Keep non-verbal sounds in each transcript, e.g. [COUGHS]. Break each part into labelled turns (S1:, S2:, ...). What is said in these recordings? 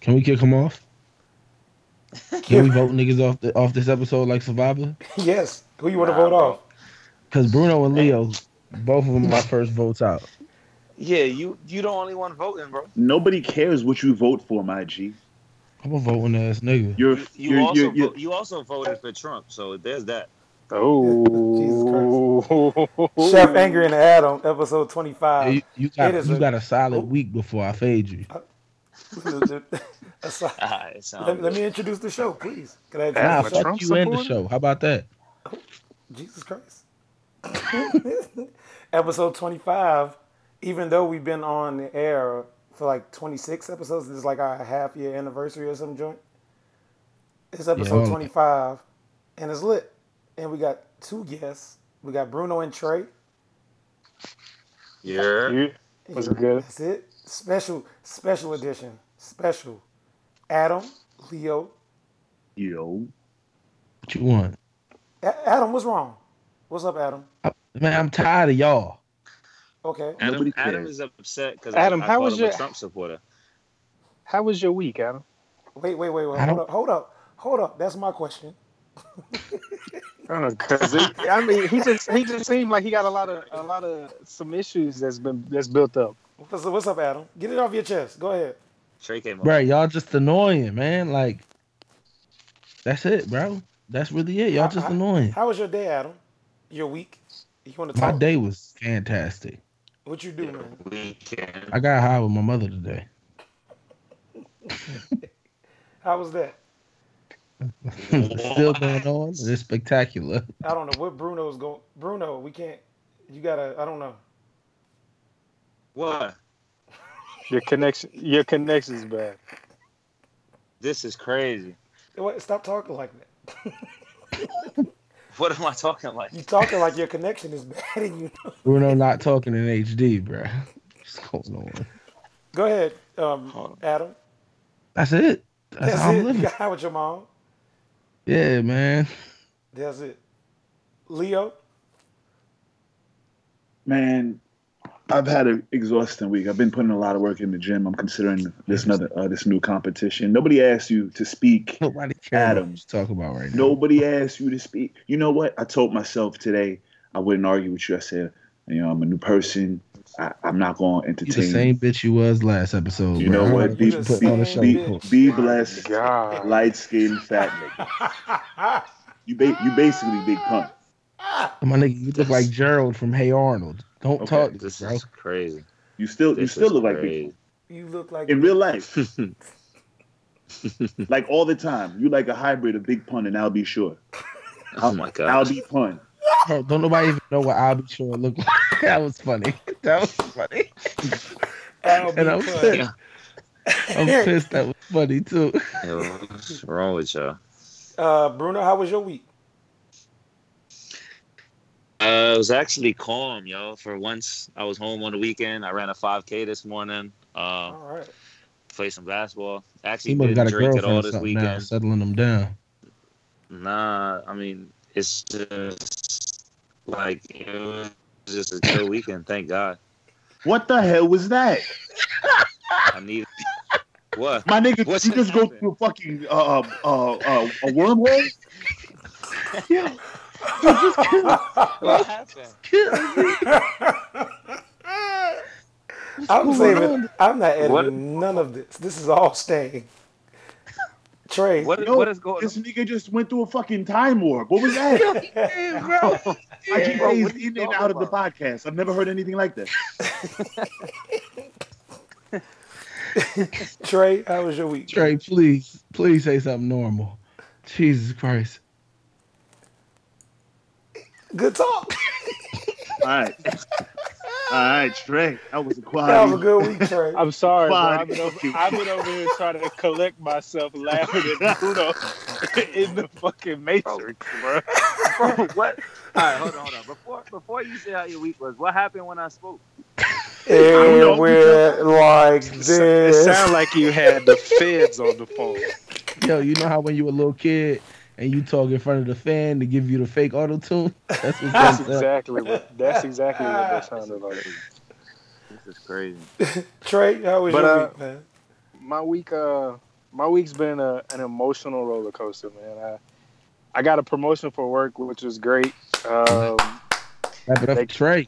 S1: Can we kick him off? Can we vote niggas off the, off this episode like Survivor?
S2: [LAUGHS] yes. Who you want to vote off?
S1: Because Bruno and Leo, both of them my first votes out.
S3: Yeah, you you the only one voting, bro.
S4: Nobody cares what you vote for, my G.
S1: I'm a voting ass nigga.
S4: You're
S3: You,
S4: you're-
S3: also
S4: you're- you're-
S3: vo- you also voted for Trump, so there's that.
S2: [LAUGHS]
S4: oh.
S2: Chef Angry and Adam, episode
S1: Yeah,
S2: [LAUGHS]
S1: you,
S2: 25.
S1: you got
S2: It is
S1: you
S2: a-
S1: got a solid week before I fade you.
S2: [LAUGHS] Aside-
S3: [LAUGHS] Ah, it sounds
S2: let, let me introduce the show, please. Can I
S1: Nah,
S2: introduce
S1: fuck
S2: the show?
S4: Trump
S1: you and the
S4: supporter?
S1: show. How about that?
S2: Jesus Christ. [LAUGHS] Episode 25. Even though we've been on the air for like 26 episodes, this is like our half year anniversary or some joint. It's episode
S1: well-
S2: 25, and it's lit. And we got two guests. We got Bruno and Trey.
S3: yeah.
S5: What's good?
S2: That's it. Special, special edition. Special. Adam, Leo.
S4: Yo,
S1: What you want?
S2: A- Adam, what's wrong? What's up, Adam?
S1: Man, I'm tired of y'all.
S2: Okay.
S3: Adam,
S4: Nobody
S3: Adam
S4: cares.
S3: is upset because
S5: Adam,
S3: I, I
S5: how
S3: called
S5: was
S3: him
S5: your-
S3: a Trump supporter.
S5: How was your week, Adam?
S2: Wait, wait, wait, wait.
S1: I
S2: Hold
S1: don't-
S2: up, hold up, hold up. That's my question.
S5: I don't know, Oh, cause it, [LAUGHS] I mean, he just he just seemed like he got a lot of a lot of some issues that's been that's built up.
S2: What's, what's up, Adam? Get it off your chest. Go ahead.
S3: Trey came up.
S1: Bro, y'all just annoying, man. Like that's it, bro. That's really it. Y'all just
S2: I- I-
S1: annoying.
S2: How was your day, Adam? Your week? You want to
S1: My
S2: talk?
S1: day was fantastic.
S2: What you do, man?
S3: Weekend.
S1: I got high with my mother today. [LAUGHS]
S2: How was that?
S1: Still going on. It's spectacular.
S2: I don't know what Bruno's going. Bruno, we can't. You gotta. I don't know.
S3: What?
S5: Your connection, your connection's bad.
S3: This is crazy. [LAUGHS]
S2: What, stop talking like that.
S3: What am I talking like?
S2: you talking like your connection is [LAUGHS] bad, and you.
S1: Bruno not talking in HD, bro. What's going on?
S2: Go ahead, um, Adam.
S1: That's it. That's,
S2: That's
S1: how I'm
S2: it. You [LAUGHS]
S1: living.
S2: got high with your mom.
S1: Yeah, man.
S2: That's it. Leo,
S4: man, I've had an exhausting week. I've been putting a lot of work in the gym. I'm considering this another uh, this new competition. Nobody asked you
S1: [LAUGHS]
S4: to speak.
S1: Nobody cares
S4: Adam.
S1: what you talk about right now.
S4: Nobody asked you to speak. You know what? I told myself today I wouldn't argue with you. I said, you know, I'm a new person. I, I'm not going to
S1: You
S4: entertain.
S1: the same bitch you was last episode.
S4: You
S1: bro.
S4: know
S1: I don't
S4: what? Be,
S1: know you putting on the show.
S2: same
S4: be,
S2: bitch.
S4: be blessed,
S5: God.
S4: light skinned fat nigga. You ba- you basically big punk.
S1: My nigga, you look like Gerald from Hey Arnold. Don't
S4: Okay.
S1: talk,
S3: This
S1: bro.
S3: is crazy.
S4: You still you
S3: This
S4: still
S3: is
S4: look like big
S3: crazy.
S4: punk.
S2: you look like
S4: in real life. [LAUGHS] like all the time. You like a hybrid of big pun and I'll be sure.
S3: Oh my god.
S4: I'll be pun.
S1: Bro, Don't nobody even know what I'll be sure look like. [LAUGHS] that was funny. That was funny.
S2: Al
S1: And I'm
S2: Bundy.
S1: pissed. I'm pissed. That was funny too.
S3: Yo, what's wrong with y'all?
S2: [LAUGHS] Uh, Bruno, how was your week?
S3: Uh, it was actually calm, yo. For once, I was home on the weekend. I ran a 5K this morning. Uh,
S5: Oh.
S2: All right.
S3: played some basketball.
S1: He
S3: Actually,
S1: must
S3: didn't
S1: got a
S3: drink at
S1: girlfriend
S3: all
S1: or
S3: this
S1: something now,
S3: weekend.
S1: settling them down.
S3: Nah, I mean, it's just like it was just a chill weekend. Thank God.
S4: What the hell was that?
S3: I need [LAUGHS] what?
S4: My nigga,
S3: What
S4: you
S3: just
S4: just go
S3: happened?
S4: through a fucking uh, uh, uh, a wormhole?
S3: What happened?
S2: I'm saving. I'm not editing
S3: What-
S2: none of this. This is all
S5: [LAUGHS]
S2: staying. Trey,
S3: What,
S4: No,
S3: what is going on?
S4: This nigga just went through a fucking time warp. What was that? I keep
S5: Bro,
S4: days
S5: what are you
S4: in and
S5: talking
S4: out of the podcast. I've never heard anything like that.
S2: Trey, how was your week?
S1: Trey, please, please say something normal. Jesus Christ.
S2: Good
S5: [LAUGHS]
S2: talk.
S4: All right. All right, Trey. That was a quiet.
S2: That was a good week, Trey.
S5: I'm sorry, bro.
S4: Fine.
S5: I've been, over, I've been over here trying to collect myself, laughing at Bruno [LAUGHS] in the fucking matrix, bro.
S3: [LAUGHS] Bro, what? All right, hold on, hold on. Before before you say how your week was, what happened when I spoke?
S2: And we're like
S5: It sounded
S2: this.
S5: like you had the feds on the phone.
S1: Yo, you know how when you a little kid and you talk in front of the fan to give you the fake auto tune? That's what's
S5: That's
S1: going on.
S5: exactly what. That's exactly what that sounded like.
S3: This is crazy.
S2: Trey, how was
S5: But,
S2: your
S5: uh,
S2: week, man?
S5: my week uh my week's been a, an emotional roller coaster, man. I I got a promotion for work, which was great. Um,
S1: Wrap it up
S5: They-
S1: for Trey.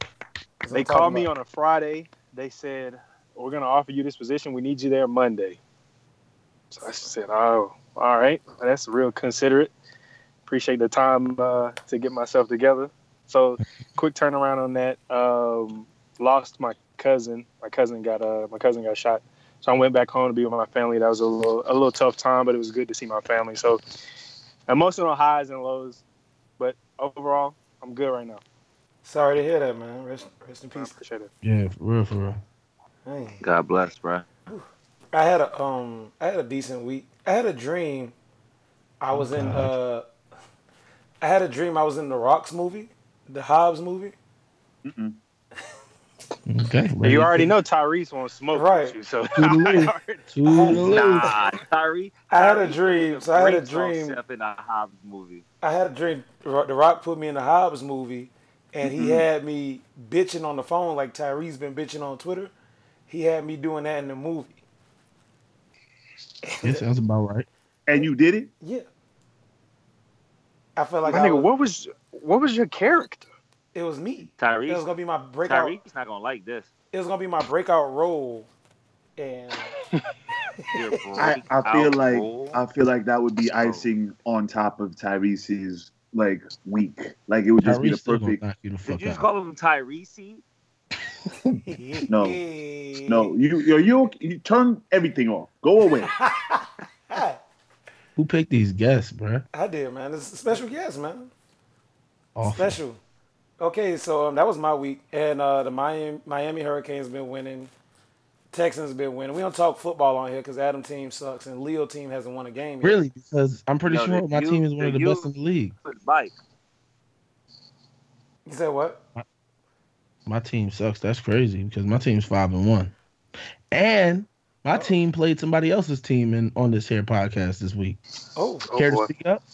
S2: That's what
S5: they
S2: I'm
S5: called
S2: talking
S5: me
S2: about.
S5: on a Friday. They said, "We're going to offer you this position. We need you there Monday." So I said, "Oh, all right. That's real considerate. Appreciate the time uh, to get myself together."
S2: [LAUGHS]
S5: So, quick turnaround on that. Um, lost my cousin. My cousin got uh, my cousin got shot. So I went back home to be with my family. That was a little a little tough time, but it was good to see my family. So emotional highs and lows, but overall, I'm good right now.
S2: Sorry to hear that, man. Rest, rest in
S5: I
S2: peace.
S5: appreciate it.
S1: Yeah, for real, for real.
S2: Dang.
S3: God bless, bro.
S2: I had a um I had a decent week. I had a dream. I was in uh [LAUGHS] I had a dream I was in the Rocks movie, the Hobbs movie.
S6: Mm-mm.
S1: Okay.
S5: You
S1: ready?
S5: already know Tyrese won't smoke
S2: Right.
S5: with you, so [LAUGHS]
S3: [LAUGHS]
S1: Toodaloo.
S5: I already-
S1: To the loo.
S3: Nah, Tyree.
S2: I had a dream. So I had a
S3: Great song
S2: dream.
S3: Step in a Hobbs movie.
S2: I had a dream. Ro- The Rock put me in the Hobbs movie, and he had me bitching on the phone like Tyree's been bitching on Twitter. He had me doing that in the movie.
S1: That sounds about right.
S6: And you did it?
S2: Yeah. I felt like
S5: my
S2: I
S5: nigga,
S2: was,
S5: what was what was your character?
S2: it was me. It was
S3: Tyrese.
S2: gonna be my breakout.
S3: Tyree's not gonna like [LAUGHS] this.
S2: It was gonna be my breakout role, and
S3: Your
S6: I, I feel
S3: breakout
S6: like
S3: role.
S6: I feel like that would be icing on top of Tyrese's like week. Like it would just be
S1: Tyrese
S6: the
S1: still gonna
S6: perfect.
S1: knock you the
S3: Did
S1: fuck
S3: you just
S1: out.
S3: call him Tyrese?
S6: No. [LAUGHS] No, you you you you turn everything off. Go
S5: [LAUGHS]
S6: away.
S2: I,
S1: Who picked these guests, bruh?
S2: I did, man. It's a special guest, man.
S1: Awful.
S2: Special. Okay, so um, that was my week, and uh, the Miami Miami Hurricanes been winning. Texans been winning. We don't talk football on here because Adam team sucks and Leo team hasn't won a game yet.
S1: Really? Because I'm pretty
S3: No, the
S1: sure my
S3: U-
S1: team is one of
S3: the
S1: the
S3: U-
S1: best in the league.
S3: Good Mike.
S2: You said what?
S1: My team sucks. That's crazy because my team's five and one, and my
S2: Oh.
S1: team played somebody else's team in on this here podcast this week.
S2: Oh,
S5: Oh,
S1: Care
S5: boy.
S1: to speak up?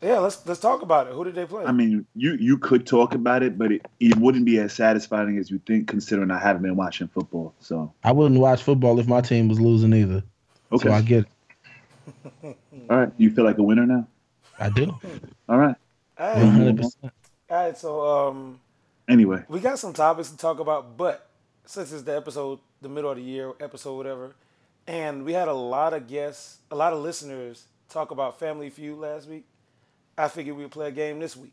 S2: yeah. Let's let's talk about it. Who did they play?
S6: I mean, you you could talk about it, but it, it wouldn't be as satisfying as you think, considering I haven't been watching football. So
S1: I wouldn't watch football if my team was losing either.
S6: okay,
S1: So I get it.
S6: all right. You feel like a winner now?
S1: I
S2: [LAUGHS]
S1: do.
S6: All right.
S2: all
S1: One
S2: right,
S1: hundred percent.
S2: all right. So um,
S6: Anyway,
S2: we got some topics to talk about, but since it's the episode, the middle of the year episode, whatever, and we had a lot of guests, a lot of listeners talk about Family Feud last week. I figured we'd play a game this week.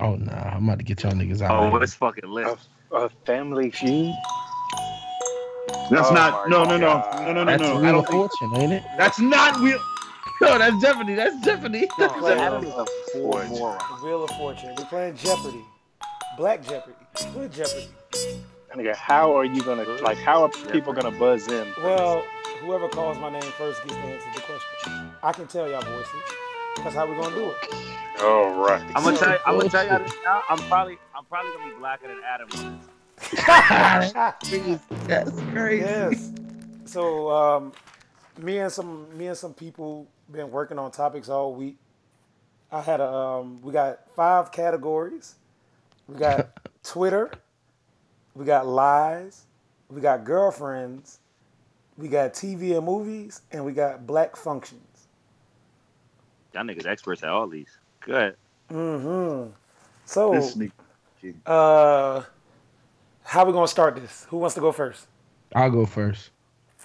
S1: Oh nah, I'm about to get y'all niggas out.
S3: Oh,
S1: of
S3: it's fucking lit.
S5: A, a family feud.
S6: that's
S5: Oh
S6: not
S5: my
S6: no no no
S5: God.
S6: no no no
S1: That's
S6: no. I
S1: Wheel
S6: don't
S1: of
S6: think
S1: Fortune, ain't it? [LAUGHS]
S6: that's not real.
S1: No, that's Jeopardy. That's
S2: [LAUGHS]
S1: Jeopardy.
S2: We're playing um,
S3: Adam is a poor moron.
S2: the Wheel of Fortune. We're playing Jeopardy, Black Jeopardy, Good Jeopardy.
S5: My Nigga, how are you gonna like? How are people gonna buzz in?
S2: Well, whoever calls my name first gets to answer the question. I can tell y'all voices. That's how we're gonna do it.
S5: All right.
S3: I'm gonna tell you. I'm gonna tell you this now. I'm probably. I'm probably gonna be blacker than Adam.
S1: That's crazy.
S2: yes. So um, me and some me and some people been working on topics all week. I had a um, we got five categories. We got Twitter. We got lies. We got girlfriends. We got TV and movies, and we got black functions.
S3: Y'all niggas experts at all these. Good.
S2: Mm-hmm. So
S6: This nigga.
S2: Uh, how we gonna start this? Who wants to go first?
S1: [LAUGHS] I'll go first.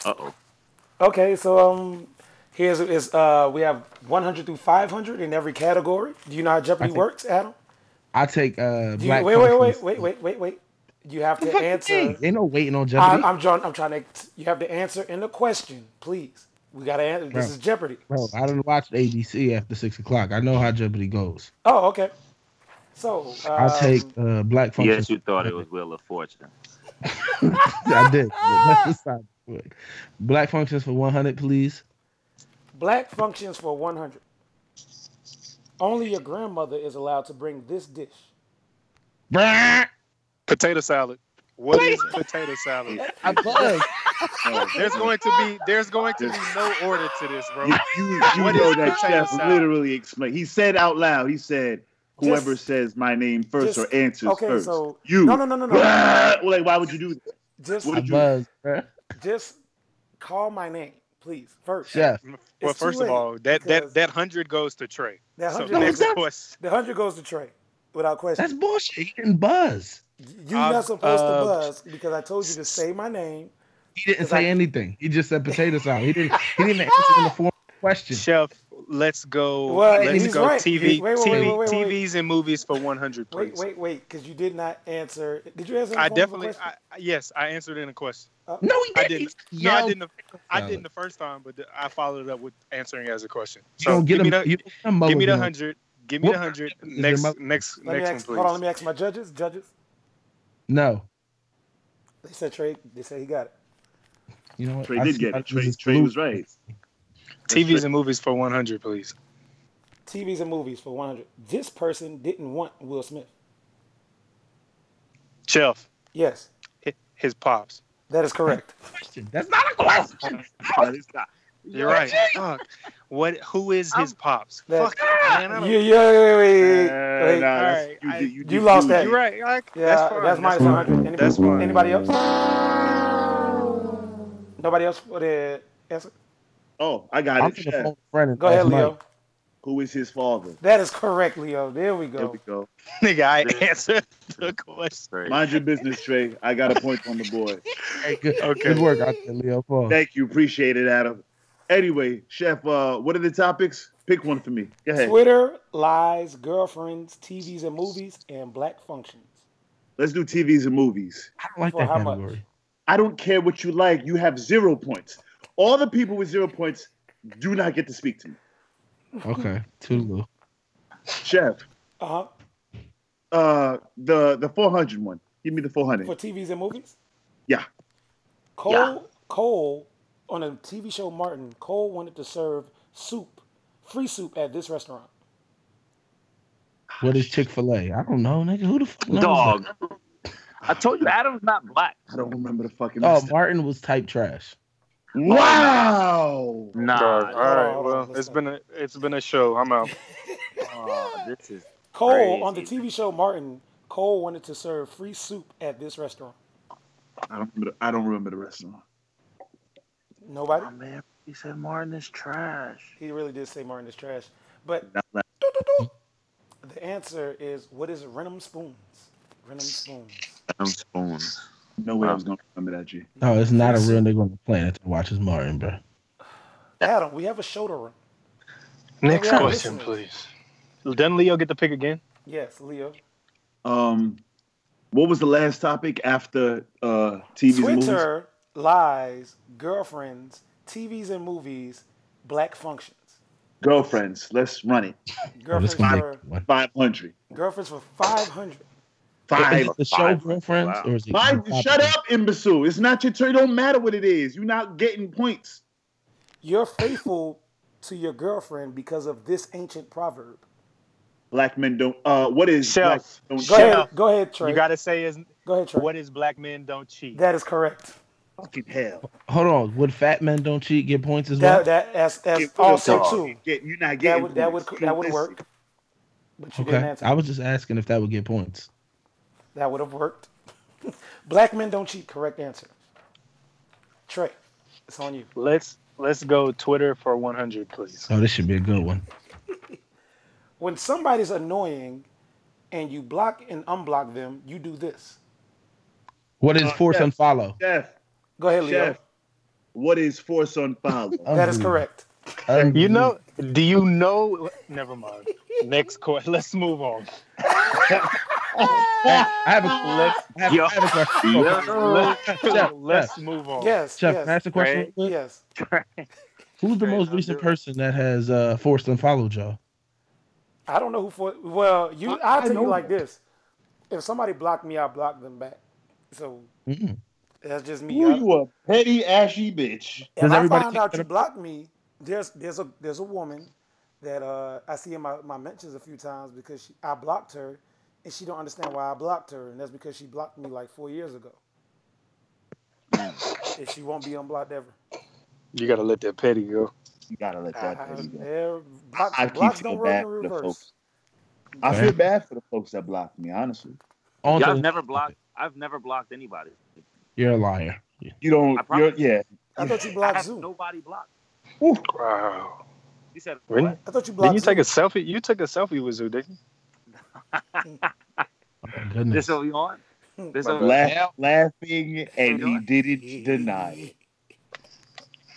S3: Uh oh.
S2: Okay, so um, here's is uh we have 100 through 500 in every category. Do you know how Jeopardy
S1: think-
S2: works, Adam?
S1: I take uh
S2: Do you,
S1: black.
S2: wait, wait, wait,
S1: functions.
S2: wait, wait, wait, wait. You have
S1: The
S2: to
S1: fuck you
S2: answer.
S1: think? Ain't no waiting on
S2: I,
S1: Jeopardy.
S2: I'm trying. I'm trying to. You have to answer in the question, please. We gotta answer. This
S1: Bro.
S2: is Jeopardy.
S1: Bro, I don't watch ABC after six o'clock. I know how Jeopardy goes.
S2: Oh, okay. So um,
S1: I'll take uh, Black Function.
S3: Yes, you thought it was Wheel of Fortune.
S1: I
S2: [LAUGHS]
S1: did. but that's beside the point. Black Functions for 100, please.
S2: black functions for 100. Only your grandmother is allowed to bring this dish.
S1: Brrrr.
S5: Potato salad. What is potato salad?
S1: I buzz.
S5: There's going to be there's going to be no order to this, bro.
S6: You,
S5: [LAUGHS]
S6: you, you
S5: What
S6: know
S5: is
S6: that
S5: potato
S6: chef
S5: salad?
S6: literally explained. He said out loud. He said, "Whoever
S2: Just-
S6: says my name first
S2: just-
S6: or answers
S2: okay,
S6: first,
S2: so-
S6: you."
S2: No, no, no, no, no. [LAUGHS]
S6: Like, why would you do that?
S2: Just
S6: What
S1: I
S6: did you-
S1: buzz, bruh.
S2: just call my name. please. First,
S1: Chef.
S5: Well,
S2: It's too
S5: first of
S2: late,
S5: all, that that
S2: because-
S5: that hundred goes to Trey.
S2: that
S5: So
S2: hundred
S1: No,
S5: next [LAUGHS]
S1: that's-
S5: course,
S2: the hundred goes to Trey without question.
S1: That's bullshit. He didn't buzz.
S2: You're
S5: Uh,
S2: not supposed
S5: uh,
S2: to buzz because I told you to say my name.
S1: He didn't
S2: Cause I-
S1: say anything. He just said potato salad. He didn't. He didn't answer in the form of [LAUGHS] question.
S5: Chef. Let's go.
S2: Well,
S5: let's
S2: he's
S5: go.
S2: right.
S5: TV,
S2: He- wait, wait,
S5: TV,
S2: wait, wait, wait.
S5: TVs and movies for one hundred, please.
S2: Wait, wait, wait, because you did not answer. Did you answer? in the
S5: I
S2: form of a
S5: definitely,
S2: question? Uh,
S5: I, I- yes, I answered in a question.
S1: No, he
S5: I
S1: didn't.
S5: didn't.
S1: He
S5: No, I
S1: yelled,
S5: didn't. The, I
S1: Valid.
S5: didn't the first time, but the, I followed it up with answering as a question.
S1: You
S5: So
S1: don't get
S5: give me
S1: him.
S5: the,
S1: you don't get him
S5: give me the
S1: motherfucker.
S5: hundred. Give me the
S1: What-
S5: hundred.
S1: is there
S5: Next,
S1: mo-
S2: Let
S5: next,
S2: me ask.
S5: next
S2: Hold on. Let
S5: one,
S2: me ask my judges. Judges.
S1: No,
S2: They said Trey. They said he got it.
S1: you know what?
S4: Trey
S1: I
S4: did
S1: see
S4: get
S1: how
S4: it.
S1: this
S4: Trey,
S1: is
S4: Trey was
S1: blue.
S4: right.
S5: please. TVs and movies for one hundred, please.
S2: TVs and movies for 100. This person didn't want Will Smith.
S5: Chef,
S2: Yes,
S5: hi- his pops.
S2: that is
S5: [LAUGHS]
S2: correct.
S1: Question. That's not a
S4: [LAUGHS]
S1: question.
S4: That is not-
S5: You're right. Fuck. What? Who is his pops?
S2: That's-
S5: Fuck, man. I
S2: you,
S5: don't-
S2: you, wait, wait, wait,
S5: Uh,
S2: wait.
S4: nah, that's-
S5: right,
S4: you
S5: I-
S4: did- you
S2: you
S4: did-
S2: lost
S4: you
S2: that.
S5: You're right. I,
S2: yeah,
S5: that's fine.
S2: that's minus
S5: fine.
S2: 100. Anybody,
S5: That's fine.
S2: Anybody else? Nobody else for the answer?
S4: Oh, I got
S1: I'm
S4: it.
S1: gonna
S4: Chef.
S1: phone a friend. and
S2: Go ahead,
S1: ask Mike.
S2: Leo.
S4: Who is his father?
S2: That is correct, Leo. There we
S4: There
S2: go.
S4: we go.
S5: [LAUGHS] Nigga, I answered the question.
S3: Trey.
S4: Mind your business, Trey. I got a point on the board.
S1: Hey, good,
S5: Okay.
S1: good work out there, Leo. Paul.
S4: Thank you. Appreciate it, Adam. Anyway, Chef, uh, what are the topics? Pick one for me. Go ahead.
S2: Twitter, lies, girlfriends, TVs and movies, and black functions.
S4: Let's do TVs and movies.
S1: I don't like
S2: For
S1: that
S2: how much?
S1: category.
S4: I don't care what you like. You have zero points. All the people with zero points do not get to speak to me.
S1: Okay, Toodaloo.
S4: Chef,
S2: Uh huh.
S4: uh, the the 400 one. Give me the 400.
S2: For TVs and movies?
S4: Yeah.
S2: Cole,
S4: Yeah.
S2: Cole, on a TV show Martin, Cole wanted to serve soup, free soup at this restaurant.
S1: What is Chick Fil A? I don't know, nigga. Who the fuck knows?
S3: Dog. [LAUGHS] I told you Adam's not black.
S4: I don't remember the fucking.
S1: that? Oh, Martin was type trash.
S4: wow.
S5: Dog,
S3: Nah.
S5: all right.
S2: hold on,
S5: Well,
S2: let's
S5: it's
S2: go.
S5: been a it's been a show. I'm out.
S3: Aw, this is
S2: Cole,
S3: Crazy.
S2: on the TV show Martin, Cole wanted to serve free soup at this restaurant.
S4: I don't remember. The, I don't remember the restaurant.
S2: Nobody?
S3: oh, man. He said Martin is trash.
S2: He really did say Martin is trash. But
S4: Not like-
S2: the answer is what is Renum Spoons? Renum Spoons.
S3: I'm spoons.
S4: No way I was gonna remember that. G.
S1: No, it's not a real nigga on the planet that watches Martin, bro.
S2: Adam, we have a show to run.
S5: Next
S2: Yeah, listen.
S5: question, please. Doesn't Leo get the pick again?
S2: Yes, Leo.
S4: Um, what was the last topic after uh TVs and movies?
S2: Twitter, lies, girlfriends, TVs and movies, black functions.
S4: Girlfriends. Let's run it.
S1: Oh, this
S2: Girlfriends
S1: gonna be
S2: for
S1: a good one.
S4: Five hundred.
S2: girlfriends for five hundred.
S4: Five.
S1: Is it the show
S3: Five.
S1: girlfriends
S3: Wow.
S1: or is it?
S4: Five.
S1: the
S4: Shut
S1: topic?
S4: up, imbecile. It's not your turn. It don't matter what it is. You're not getting points.
S2: You're faithful to your girlfriend because of this ancient proverb.
S4: Black men don't. Uh, what is black
S5: Chef.
S4: men don't
S2: Go
S5: Shut
S2: ahead,
S5: up.
S2: go ahead, Trey.
S5: You gotta say is
S2: go ahead, Trey.
S5: what is black men don't cheat.
S2: that is correct.
S4: fucking hell?
S1: Hold on. Would fat men don't cheat get points as well?
S2: That that that's, that's
S4: Get rid of
S2: also
S4: dog.
S2: too.
S4: Get, you're not
S2: That
S4: getting
S2: would that would
S4: points.
S2: that would
S4: Listen.
S2: work. But you didn't
S1: okay.
S2: answer.
S1: I was just asking if that would get points.
S2: That would have worked. [LAUGHS] Black men don't cheat. Correct answer. Trey, it's on you.
S5: Let's let's go Twitter for 100, please.
S1: Oh, this should be a good one.
S2: When somebody's annoying, and you block and unblock them, you do this.
S1: What is
S4: Uh,
S1: force
S4: yeah.
S1: unfollow?
S4: Chef.
S2: Go ahead, Leo.
S4: Chef. What is force on [LAUGHS] follow?
S2: That is
S1: Unbelievable.
S2: correct.
S5: You
S1: Unbelievable.
S5: know, do you know never mind.
S2: [LAUGHS]
S5: Next question. Let's move on.
S1: Hey, I have a question.
S5: Let's
S1: I have,
S3: Yo.
S1: I have a question.
S5: let's,
S1: Jeff,
S5: let's move on.
S2: Yes.
S1: Chef,
S2: yes.
S1: can I ask a question? real quick?
S2: Yes.
S1: Who's the
S3: Great,
S1: most
S3: I'll
S1: recent
S3: do it.
S1: person that has uh, forced unfollowed y'all?
S2: I don't know who for. Well, you. I, will
S4: I
S2: tell you
S4: know
S2: like
S4: that.
S2: this: if somebody blocked me, I block them back. So
S1: Mm.
S2: that's just me.
S4: Ooh,
S2: I-
S4: you a petty ashy bitch.
S2: if
S1: Does
S2: I
S1: everybody
S2: find
S1: think
S2: out
S1: that
S2: you
S1: I'm-
S2: blocked me, there's there's a there's a woman that uh, I see in my, my mentions a few times because she, I blocked her, and she don't understand why I blocked her, and that's because she blocked me like four years ago,
S4: Hmm.
S2: and she won't be unblocked ever.
S5: You gotta let that petty go.
S4: You gotta let that
S2: I,
S4: petty go.
S2: there- blocks,
S4: I keep
S2: blocks
S4: feeling
S2: don't work
S4: bad
S2: in
S4: for the
S2: reverse.
S4: folks. I
S1: Okay.
S4: feel bad for the folks that blocked me, honestly.
S1: on
S3: Yeah,
S1: to
S3: I've
S1: the-
S3: never blocked. I've never blocked anybody.
S1: You're a liar.
S4: You
S3: I
S4: don't you're
S3: promise.
S4: yeah,
S2: I thought you
S3: I
S2: blocked
S3: have
S2: Zoo.
S3: nobody blocked.
S5: Wow.
S3: He said,
S5: Really?
S3: what?
S2: I thought you blocked
S5: Didn't you
S2: Zoo.
S5: take a selfie? You took a selfie with Zoo, didn't you?
S1: Oh, goodness.
S3: This will be on? This My will
S4: Laugh, laughing, and he didn't deny it.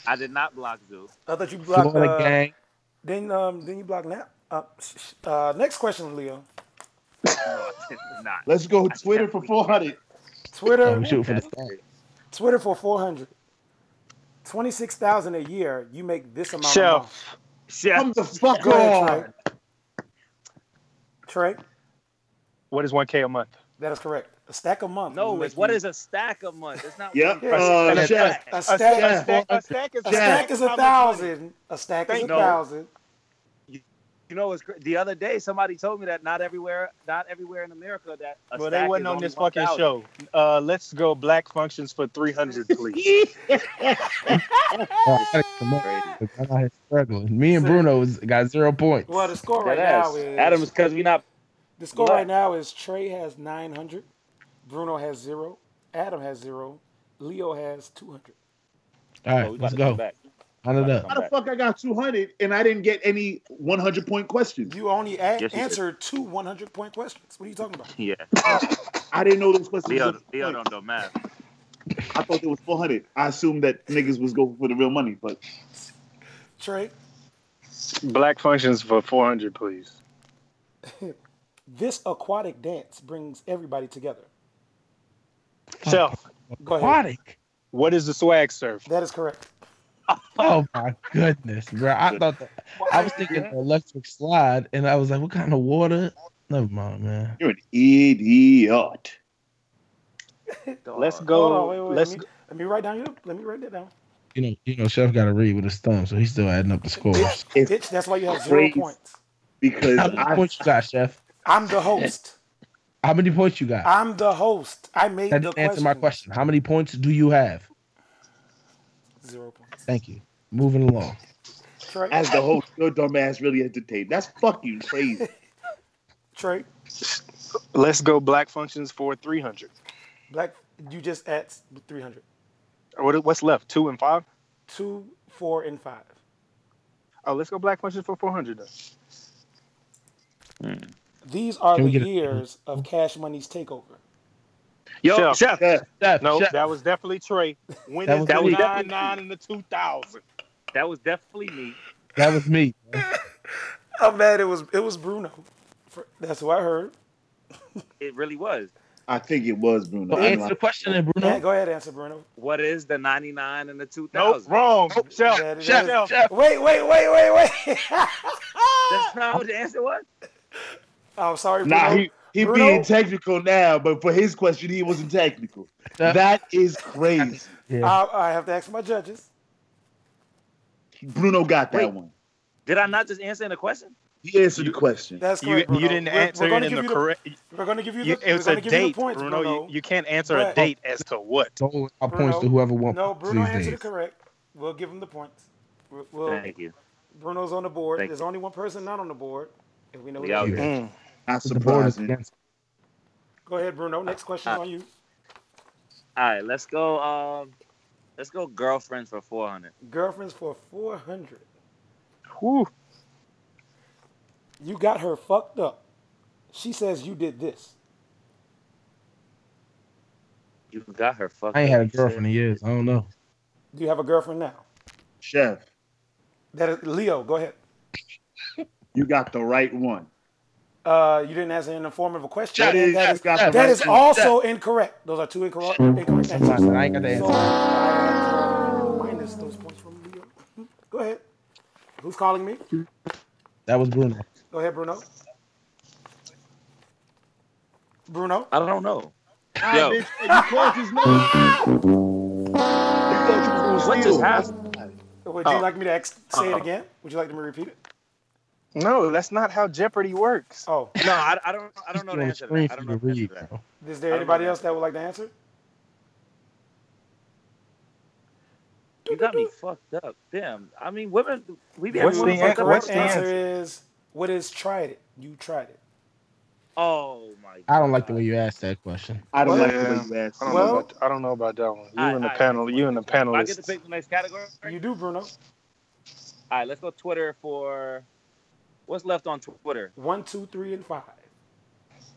S3: I did not block Zoo.
S2: I thought you blocked.
S1: Florida
S2: Uh,
S1: gang.
S2: then um, then you blocked Nap. Uh, sh- sh- uh, next question, Leo.
S3: No, I did not. [LAUGHS]
S4: Let's go Twitter for 400.
S1: Oh,
S2: Twitter,
S1: we shooting for the
S3: That's
S1: stars.
S2: Twitter for four hundred. Twenty six thousand a year. You make this amount of money.
S5: Chef.
S3: Chef,
S4: Come the fuck
S2: Go ahead,
S4: on.
S2: Trey,
S5: What is 1K a month?
S2: that is correct. A stack a month. will
S3: no,
S2: make
S3: it's what
S2: you-
S3: is a stack of month? It's [LAUGHS] not
S4: Yep.
S3: one
S2: Yeah.
S4: Uh, Chef.
S2: a
S5: A
S2: stack?
S4: Chef.
S5: stack, a stack is
S2: A
S5: how
S2: stack
S5: much-
S2: is
S5: how
S2: a
S5: much money?
S2: thousand. A stack is a
S5: Thank
S3: you.
S2: thousand.
S3: You know, it's cra- the other day somebody told me that not everywhere, not everywhere in America that a
S5: Well, they
S3: stack
S5: wasn't
S3: is
S5: on
S3: only
S5: this fucking
S3: 1,000.
S5: show. Uh, let's go black functions for 300, please.
S1: Oh, I gotta get some more, 'cause I'm out here struggling. Me and Bruno is, got zero points.
S2: Well, the score right
S3: That
S2: now
S3: ass.
S2: is
S3: Adam, it's because we not.
S2: the score
S3: black.
S2: right now is Trey has nine hundred, Bruno has zero, Adam has zero, Leo has two hundred.
S1: All
S3: Oh,
S1: right,
S3: we about
S1: let's
S3: to
S1: go.
S3: come back.
S1: Hunt it
S3: About to
S1: up.
S3: come
S4: How the
S3: back.
S4: fuck I got 200 and I didn't get any 100 point questions?
S2: You only a-
S3: Yes, you did.
S2: answered two one hundred point questions. What are you talking about?
S3: Yeah,
S4: I didn't know those questions.
S3: Leo,
S4: were
S3: Leo
S4: 100.
S3: don't know math.
S4: I thought it was 400. I assumed that niggas was going for the real money, but
S2: Trey,
S5: Black functions for 400, please.
S2: this aquatic dance brings everybody together.
S5: Chef,
S2: Go ahead.
S1: Aquatic.
S5: what is the swag surf?
S2: That is correct.
S1: Oh my goodness, bro! I thought that, I was thinking electric slide, and I was like, "What kind of water?" Never mind, man.
S4: you're an idiot.
S5: Let's
S3: Dog.
S5: go.
S2: Hold on, wait, wait, wait.
S5: let's
S2: let me let me write down your let me write that down.
S1: You know, you know, Chef got to read with his thumb, so he's still adding up the scores.
S2: Bitch,
S4: It's
S2: bitch, that's why you have zero
S4: crazy.
S2: points.
S1: [LAUGHS]
S4: Because
S1: How many
S4: I,
S1: points you got, Chef?
S2: I'm the host.
S1: How many points you got?
S2: I'm the host. I made
S1: That
S2: the
S1: didn't
S2: question.
S1: answer my question. How many points do you have?
S2: Zero points.
S1: Thank you. Moving along.
S2: Trey,
S4: as the host, your dumb ass really entertained. That's fucking crazy.
S2: Trey,
S5: let's go black functions for 300.
S2: Black, you just at 300.
S5: What, what's left? Two and five?
S2: Two, four, and five.
S5: Oh, let's go black functions for 400. Then.
S2: These are
S1: Can
S2: the
S1: we get a-
S2: years of Cash Money's takeover.
S3: Yo,
S5: Chef.
S3: Chef,
S4: Yeah,
S1: Chef,
S5: No,
S1: Chef,
S5: that was definitely Trey. When
S1: That
S5: is
S1: was
S5: the
S1: me.
S5: 9 9 and the 2000?
S3: that was definitely me.
S1: that was me. bro.
S2: I'm mad it was it was Bruno. For- That's who I heard.
S3: It really was.
S4: I think it was Bruno.
S1: So
S4: I'm
S1: answer
S4: lying.
S1: the question, then,
S2: Yeah,
S1: Bruno.
S2: go ahead, answer Bruno.
S3: What is the 99 and the 2000?
S5: Nope, wrong. Chef,
S2: That is-
S5: Chef,
S1: Chef,
S2: that
S1: Chef.
S2: Wait, wait, wait, wait, wait.
S3: [LAUGHS] That's not what the answer was.
S2: I'm sorry, Bruno.
S4: Nah, he he
S2: Bruno?
S4: being technical now, but for his question, he wasn't technical.
S1: Chef.
S4: That is crazy.
S1: Yeah.
S2: I, I have to ask my judges.
S4: Bruno got that
S3: Wait.
S4: one.
S3: Did I not just answer the question?
S4: He answered the question.
S2: That's
S5: you,
S2: correct, Bruno.
S5: you didn't
S2: We're-
S5: answer
S2: we're gonna
S5: it in
S2: give
S5: the
S2: you
S5: correct.
S2: We're going to give you the,
S5: You, it
S2: we're
S5: was
S2: gonna
S5: a
S2: give you
S5: date,
S2: the points,
S5: Bruno.
S2: Bruno.
S5: You, you can't answer a
S2: But-
S5: date as to what.
S1: Don't allow points
S2: Bruno,
S1: to whoever wants
S2: No, Bruno
S1: these
S2: answered it
S1: days.
S2: correct. We'll give him the points. We'll, we'll,
S3: Thank you.
S2: Bruno's on the board.
S3: Thank
S2: There's
S3: you.
S2: only one person not on the board, and we know who
S3: We out
S2: that
S1: Yeah.
S2: is.
S3: here.
S4: Not
S1: The board is
S4: surprising.
S1: against.
S2: Go ahead, Bruno. Next
S5: Ah.
S2: question on you.
S3: All right, let's go. Um, let's go. Girlfriends for 400.
S2: Girlfriends for 400.
S5: Whew.
S2: You got her fucked up. She says you did this.
S3: You got her fucked.
S1: I ain't
S3: up,
S1: had a
S3: you said.
S1: girlfriend in years. I don't know.
S2: Do you have a girlfriend now?
S4: Chef,
S2: That is Leo. Go ahead.
S4: you got the right one.
S2: Uh, you didn't answer in the form of a question.
S4: That
S2: and
S4: is,
S2: that is,
S4: you got the
S2: that
S4: right
S2: is
S4: one.
S2: also incorrect. Those are two incorrect, incorrect
S1: Never mind.
S2: answers.
S1: I ain't got the
S2: So
S1: answer.
S2: I minus those points from Leo. Hmm? Go ahead. Who's calling me?
S1: That was Bruno.
S2: Go ahead, Bruno. Bruno.
S3: I don't [LAUGHS] know.
S4: Ah,
S3: Yo.
S4: bitch, you called his name. I thought you was gonna
S3: What just
S4: steal.
S3: happened?
S2: Would
S5: Oh.
S2: you like me to ex- say it
S3: Uh-oh.
S2: again? Would you like me to repeat it?
S5: No, that's not how Jeopardy works.
S2: Oh,
S3: No, I, I don't. I don't
S1: It's
S3: know
S1: on
S3: the
S1: the
S3: answer to that.
S1: screen
S3: I
S1: for
S3: don't
S1: you
S3: know
S1: to
S3: the answer
S1: read,
S3: to that.
S1: bro.
S2: is there
S3: I don't know
S2: anybody
S3: the
S2: else that would like to answer?
S3: You got me fucked up. Damn. I mean, women. We be
S2: The
S5: What's
S3: having
S5: the
S3: women
S5: an-
S3: fucked up.
S2: correct
S5: what's
S3: What's
S5: the
S2: answer is what is tried it. You tried it.
S3: Oh my god.
S1: I don't like the way you asked that question.
S4: I don't
S5: Well,
S4: like the way you asked.
S5: I
S4: it.
S5: don't, know
S2: Well-
S5: about, I don't know about that one. You
S3: Alright,
S5: and the
S3: alright,
S5: panel. You and the
S3: Do I get to
S5: panelists.
S3: pick the next category.
S2: You do, Bruno.
S3: All right, let's go Twitter for what's left on Twitter.
S2: One, two, three, and five.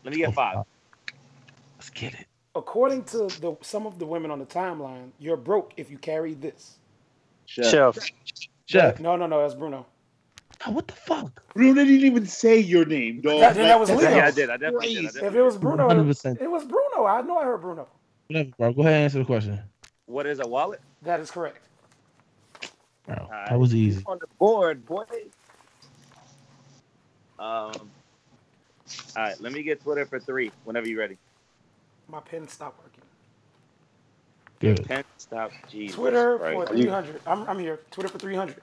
S3: Let me
S1: Uh,
S3: get
S1: Oh,
S3: five.
S1: Let's get it.
S2: According to the, some of the women on the timeline, you're broke if you carry this.
S4: Chef.
S5: Chef.
S1: [LAUGHS] Jeff,
S2: No, no, no. That's Bruno.
S1: oh, what the fuck?
S4: Bruno didn't even say your name, dog.
S2: That- that was Leo.
S3: [LAUGHS] Yeah, I did. I definitely did. I
S2: If
S3: definitely
S2: it was
S3: did.
S2: Bruno,
S1: 100%.
S2: it was Bruno. I know I heard Bruno.
S1: Whatever, bro. Go ahead and answer the question.
S3: What is a wallet?
S2: That is correct.
S1: Bro, that
S3: Alright.
S1: was easy.
S3: On the board, boy. Um. All right, let me get Twitter for three. Whenever you're ready.
S2: My pen stopped working.
S1: Good.
S3: Pen stop. Jesus
S2: Twitter for
S3: Christ.
S2: 300. I'm, I'm here. Twitter for 300.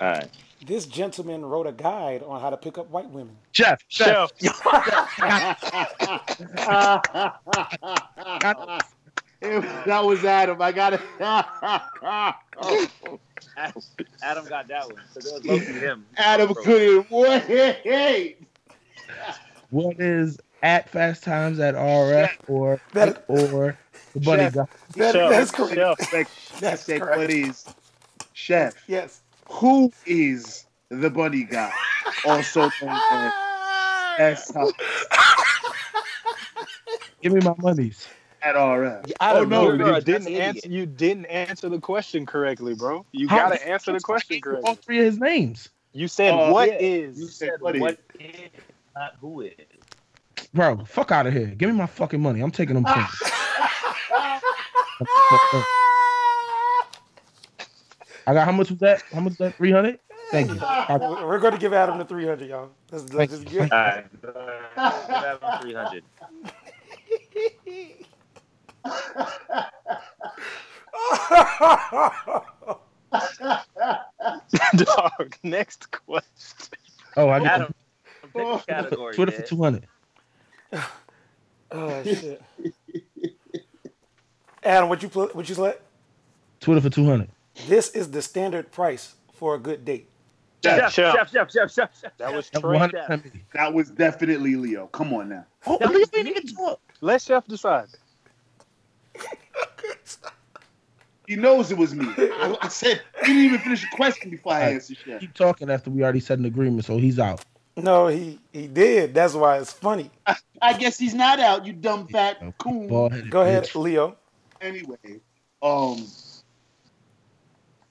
S3: All right.
S2: This gentleman wrote a guide on how to pick up white women.
S1: Jeff,
S5: Chef.
S4: [LAUGHS] that was Adam. I got it. [LAUGHS]
S3: Adam got that one. So there was low him.
S4: Adam
S3: Bro.
S4: couldn't [LAUGHS] wait.
S1: What is at fast times at RF or
S2: That-
S1: or the bunny
S4: Jeff.
S1: guy?
S2: That,
S5: Chef.
S2: that is correct.
S5: Chef.
S4: Like,
S2: [LAUGHS] That's
S4: like,
S2: correct.
S4: what is Chef?
S2: Yes.
S4: Who is the bunny guy? Also known as Fast Times
S1: Give me my monies.
S4: at RF.
S5: I
S4: Oh no,
S5: Bruno,
S4: you,
S5: you
S3: That's
S5: didn't
S3: an idiot.
S5: answer. You didn't answer the question correctly, bro. You
S1: How-
S5: gotta answer the question
S1: All
S5: correctly.
S1: three of his names,
S5: You said
S4: Oh,
S5: what
S3: yeah.
S5: is?
S3: You said
S4: What
S3: what
S4: is?
S3: is, not who is.
S1: bro. Fuck out of here. Give me my fucking money. I'm taking them points. I got how much was that? How much was that? Three hundred. Thank you. I-
S2: Well, We're going to give Adam the 300, y'all. Let's, let's just
S1: Thank
S2: give, [LAUGHS]
S3: [LAUGHS] All right. Adam 300.
S5: [LAUGHS] Dog. Next question.
S1: oh, I got
S3: Adam, pick a category.
S1: Twitter for
S3: man.
S1: two hundred.
S2: oh shit. Adam, what you pl- what you select?
S1: Twitter for two hundred.
S2: This is the standard price for a good date.
S3: Chef,
S5: Chef.
S3: chef, chef, chef, chef, chef.
S5: That was
S1: That
S5: Trey
S1: one hundred
S5: Chef.
S1: percent me.
S4: that was definitely Leo. Come on now.
S1: Oh,
S3: That
S1: Leo
S3: was
S1: didn't
S3: me.
S1: even talk.
S5: Let Chef decide.
S4: He knows it was me. I, I said you didn't even finish the question before I answered Chef.
S1: Keep talking after we already set an agreement, so he's out.
S2: No, he he did. That's why it's funny.
S4: I guess he's not out, you dumb fat coon.
S1: Bald-headed
S2: Go ahead,
S1: bitch.
S2: Leo.
S4: anyway, um,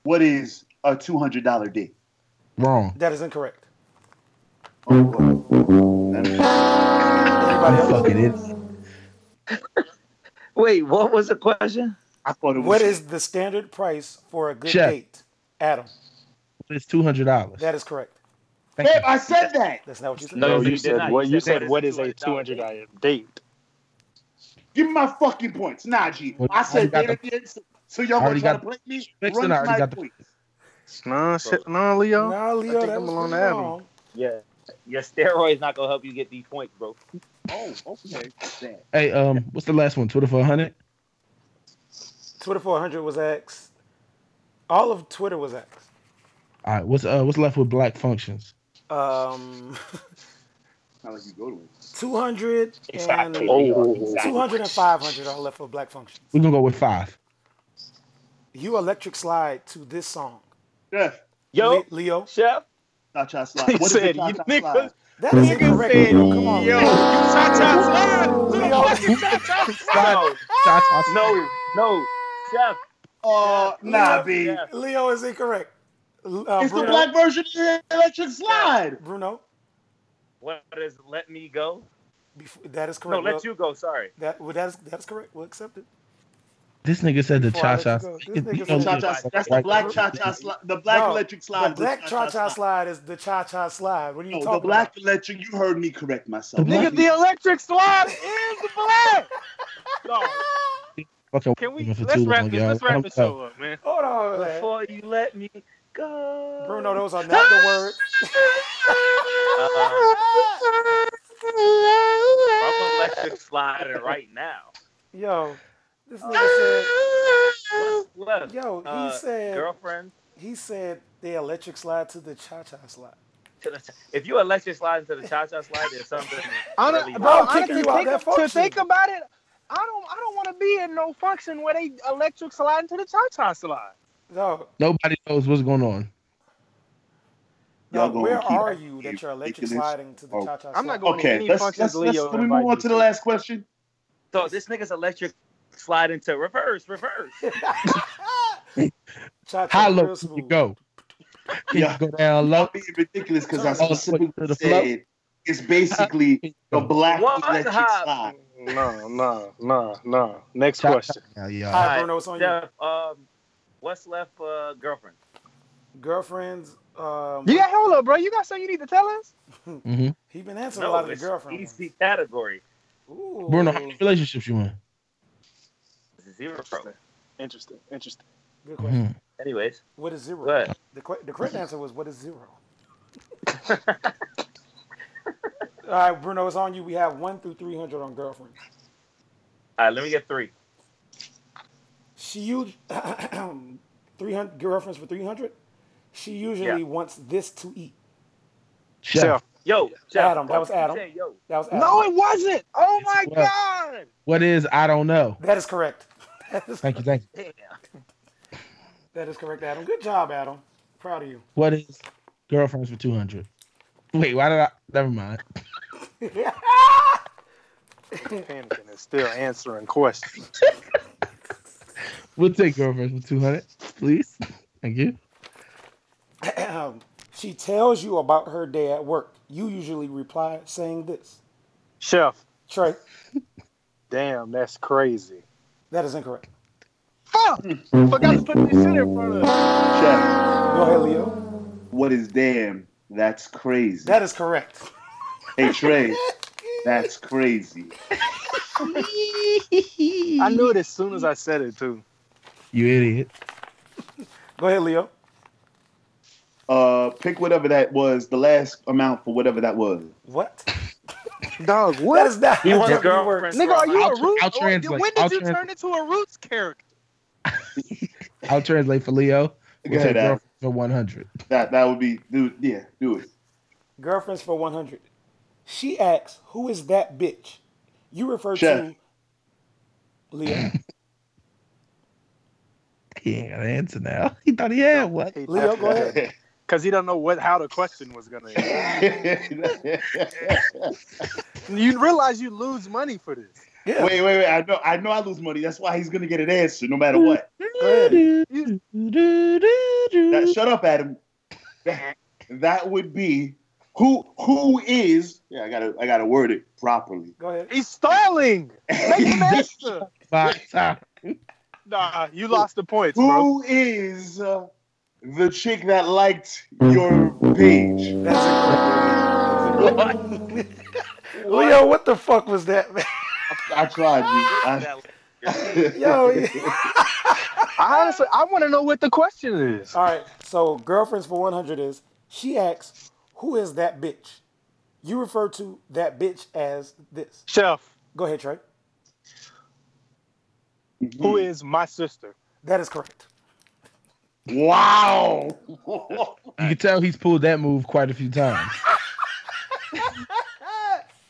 S4: what is a two hundred dollar date?
S1: Wrong.
S2: That is incorrect.
S4: Oh, well.
S2: Anybody else?
S1: Fuck it. it is.
S3: Wait, what was the question?
S4: I thought it was.
S2: What is the standard price for a good
S1: Chef.
S2: date? Adam,
S1: It's two hundred dollars.
S2: that is correct.
S1: Thank
S4: Babe,
S1: you.
S4: I said that.
S2: That's not what you said.
S3: No,
S5: No,
S3: you
S5: you
S3: did
S5: said
S3: not.
S5: what?
S3: You
S5: You
S3: said
S5: said what is a two
S3: $200
S5: hundred dollar date?
S4: Give me my fucking points. Nah, G.
S1: Well,
S4: I said
S1: I already
S4: date
S1: got
S4: at the end. So, so y'all gonna
S1: already
S4: try to
S1: got
S4: play me?
S1: fixed
S4: Run
S1: and I already
S4: my
S1: got the-
S4: points.
S5: No, shit, no, Leo.
S2: Nah, Leo,
S5: I think
S2: that
S5: I'm
S2: was
S5: along
S2: pretty
S5: the avenue.
S2: wrong.
S3: Yeah. Your steroids not gonna help you get these points, bro.
S4: Oh, okay. Damn.
S1: Hey, um, what's the last one? Twitter for hundred.
S2: Twitter 400 was X. All of Twitter was X.
S1: All right. What's uh, what's left with black functions?
S2: Um, [LAUGHS]
S4: Not like you go to it.
S2: 200 and
S3: Exactly.
S5: Oh.
S3: Exactly.
S2: 200 and 500 are left for Black Functions.
S1: We're gonna go with five.
S2: You electric slide to this song.
S4: Chef,
S3: Yo,
S2: Le- Leo.
S3: chef.
S4: cha cha slide.
S5: He
S4: What is a
S5: said,
S4: cha
S5: "You
S4: cha slide?
S5: niggas."
S2: That is
S5: Nigga
S2: incorrect,
S5: said,
S2: Leo. Come on,
S5: Yo, you
S2: Leo.
S5: cha cha slide to the
S2: Leo.
S5: fucking cha cha slide.
S3: No,
S1: Cha, cha,
S3: no, no, chef.
S4: Oh, nah,
S2: Leo,
S4: B.
S3: Chef.
S2: Leo is incorrect. L- Uh,
S4: It's the
S2: Bruno,
S4: black version of the electric slide.
S2: Bruno,
S3: What is let me go?
S2: bef- that is
S3: No,
S2: correct.
S3: let you go. Sorry.
S2: That, well, that, is, that is correct. We'll accept it.
S1: This nigga said the
S2: Before I
S1: cha
S2: let
S1: cha.
S2: you go, this nigga said-
S4: Cha cha. That's the
S1: Right.
S4: black cha cha slide. The black
S2: No,
S4: electric slide.
S2: The black cha cha slide is the cha cha slide. What are you
S4: No, the
S2: talking
S4: black electric. You heard me correct myself.
S1: The black-
S5: Nigga, the electric slide is black. No,
S1: Fucking
S5: can we
S1: women for
S5: let's
S1: too
S5: wrap
S1: long,
S5: this?
S1: y'all.
S5: Let's wrap
S1: I'm
S5: this
S1: out.
S5: show up, man.
S2: about? [LAUGHS] Hold on, man.
S3: Before you let me go. Uh,
S2: Bruno, those are not the words.
S3: I'm electric sliding right now.
S2: Yo, this nigga
S3: What's left?
S2: said. Yo, he
S3: Uh,
S2: said.
S3: Girlfriend.
S2: He said the electric slide to the cha cha slide.
S3: to the. If you electric slide into the cha cha slide,
S2: [LAUGHS]
S3: there's something.
S7: I don't,
S3: really
S2: Bro,
S7: bro,
S3: wrong.
S2: kicking
S7: honestly,
S2: you out
S7: think,
S2: that
S7: to
S2: function.
S7: think about it, I don't, I don't want to be in no function where they electric slide into the cha-cha slide.
S2: No,
S1: Nobody knows what's going on.
S2: no
S4: Y'all gonna
S2: where
S4: keep
S2: are you that
S4: keep
S2: you're electric
S4: making this-
S2: sliding to the
S4: Oh.
S2: cha cha?
S7: I'm not going to
S4: Okay,
S7: any
S4: let's
S7: functions
S4: let's, let's
S7: Leo
S4: can we
S7: invite
S4: move on
S7: you
S4: to the last question?
S3: So this nigga's electric slide into reverse, reverse.
S2: [LAUGHS] Cha
S1: How
S2: cha
S1: low
S2: real
S1: can you
S2: smooth.
S1: go? Can
S4: Yeah.
S1: you go down low?
S4: I'm being ridiculous because I
S2: Turn
S1: the-
S4: specifically
S1: to the flow?
S4: said it's basically
S1: Can you
S4: the
S1: go?
S4: black
S3: One
S4: electric
S3: hop.
S4: slide.
S5: No, no, no, no. Next
S1: Cha-cha.
S5: question.
S1: Yeah, yeah.
S2: Hi,
S3: Alright,
S2: Bruno, it's on you.
S3: Steph, um, what's left for girlfriend?
S2: Girlfriends, um,
S7: You got hold up, bro. You got something you need to tell us?
S1: hmm
S2: he been answering a
S3: No,
S2: lot of the
S3: it's
S2: girlfriend ones.
S3: easy category.
S2: Ooh.
S1: Bruno, how many relationships you in?
S3: Zero.
S5: Interesting. Interesting. Interesting.
S2: Good question.
S1: Mhm.
S3: Anyways,
S2: What is zero?
S3: go ahead.
S2: The, qu- the correct answer was what is zero? All right, Bruno, it's on you. We have one through 300 on girlfriends.
S3: All right, let me get three.
S2: She [CLEARS THROAT] usually 300 girlfriends for 300. She usually
S3: Yeah.
S2: wants this to eat.
S1: Chef.
S5: Self.
S3: Yo, Jeff,
S2: Adam, that
S3: why
S2: was
S3: would you
S2: Adam.
S3: say Yo,
S2: That was
S7: No,
S2: Adam.
S7: it wasn't. Oh
S1: Yes,
S7: my
S1: it was.
S7: god.
S1: What is I don't know.
S2: That is correct. [LAUGHS] That is,
S1: Thank you, thank you.
S3: damn.
S2: that is correct, Adam. Good job, Adam. Proud of you. [LAUGHS] [CLEARS THROAT]
S1: What is girlfriends for two hundred? Wait, why did I? Never mind.
S5: Panicking and still answering questions.
S1: We'll take girlfriends for two hundred, please. [LAUGHS] Thank you.
S2: she tells you about her day at work. You usually reply saying this.
S5: Chef.
S2: Trey,
S5: Damn, that's crazy.
S2: that is incorrect.
S7: Fuck. Forgot to put this shit in front of us.
S4: Chef,
S2: Go ahead, Leo.
S4: what is damn? That's crazy.
S2: That is correct.
S4: hey Trey, that's crazy.
S5: I knew it as soon as I said it too.
S1: You idiot.
S2: Go ahead, Leo.
S4: Uh, pick whatever that was, the last amount for whatever that was.
S2: What?
S5: Dog,
S2: That
S5: what?
S2: is not.
S3: He
S2: how
S3: wants
S2: Jeopardy
S3: girlfriends.
S2: works.
S7: Nigga, are you
S1: I'll
S7: a
S1: tr-
S7: root?
S1: I'll translate.
S7: When did
S1: I'll
S7: you
S1: translate.
S7: turn into a roots character?
S1: I'll translate for Leo.
S4: Go
S1: We'll
S4: ahead,
S1: take
S4: Adam.
S1: girlfriends for one hundred.
S4: That that would be do yeah, do it. [LAUGHS]
S2: Girlfriends for 100. She asks, Who is that bitch? You refer
S4: Chef.
S2: to Leo.
S1: He ain't got an answer now. [LAUGHS] He thought he had one.
S2: Leo, go ahead.
S5: Because he don't know what how the question was gonna end.
S4: wait,
S5: You realize you lose money for this.
S2: Yeah.
S4: wait, wait. I know I know I lose money. That's why he's gonna get an answer no matter what. That, shut up, Adam. That, that would be who who is yeah, I gotta I gotta word it properly.
S2: Go ahead.
S3: [LAUGHS]
S5: He's stalling. Make
S4: [LAUGHS]
S5: him answer.
S1: Five times.
S5: Nah, you lost the points, bro.
S4: Who is uh, the chick that liked your page?
S2: That's incorrect. That's incorrect. [LAUGHS] Leo, what the fuck was that, man? [LAUGHS]
S4: I tried, G.
S3: That-
S4: I,
S2: Yo.
S5: I honestly I wanna know what the question is.
S2: [LAUGHS] All right. So, girlfriends for 100 is she asks, Who is that bitch? You refer to that bitch as this.
S5: Chef,
S2: Go ahead, Trey.
S5: who
S4: Mm.
S5: is my sister?
S2: That is
S3: [LAUGHS]
S2: correct. [LAUGHS]
S4: Wow.
S1: You can tell he's pulled that move quite a few
S4: [LAUGHS]
S1: times.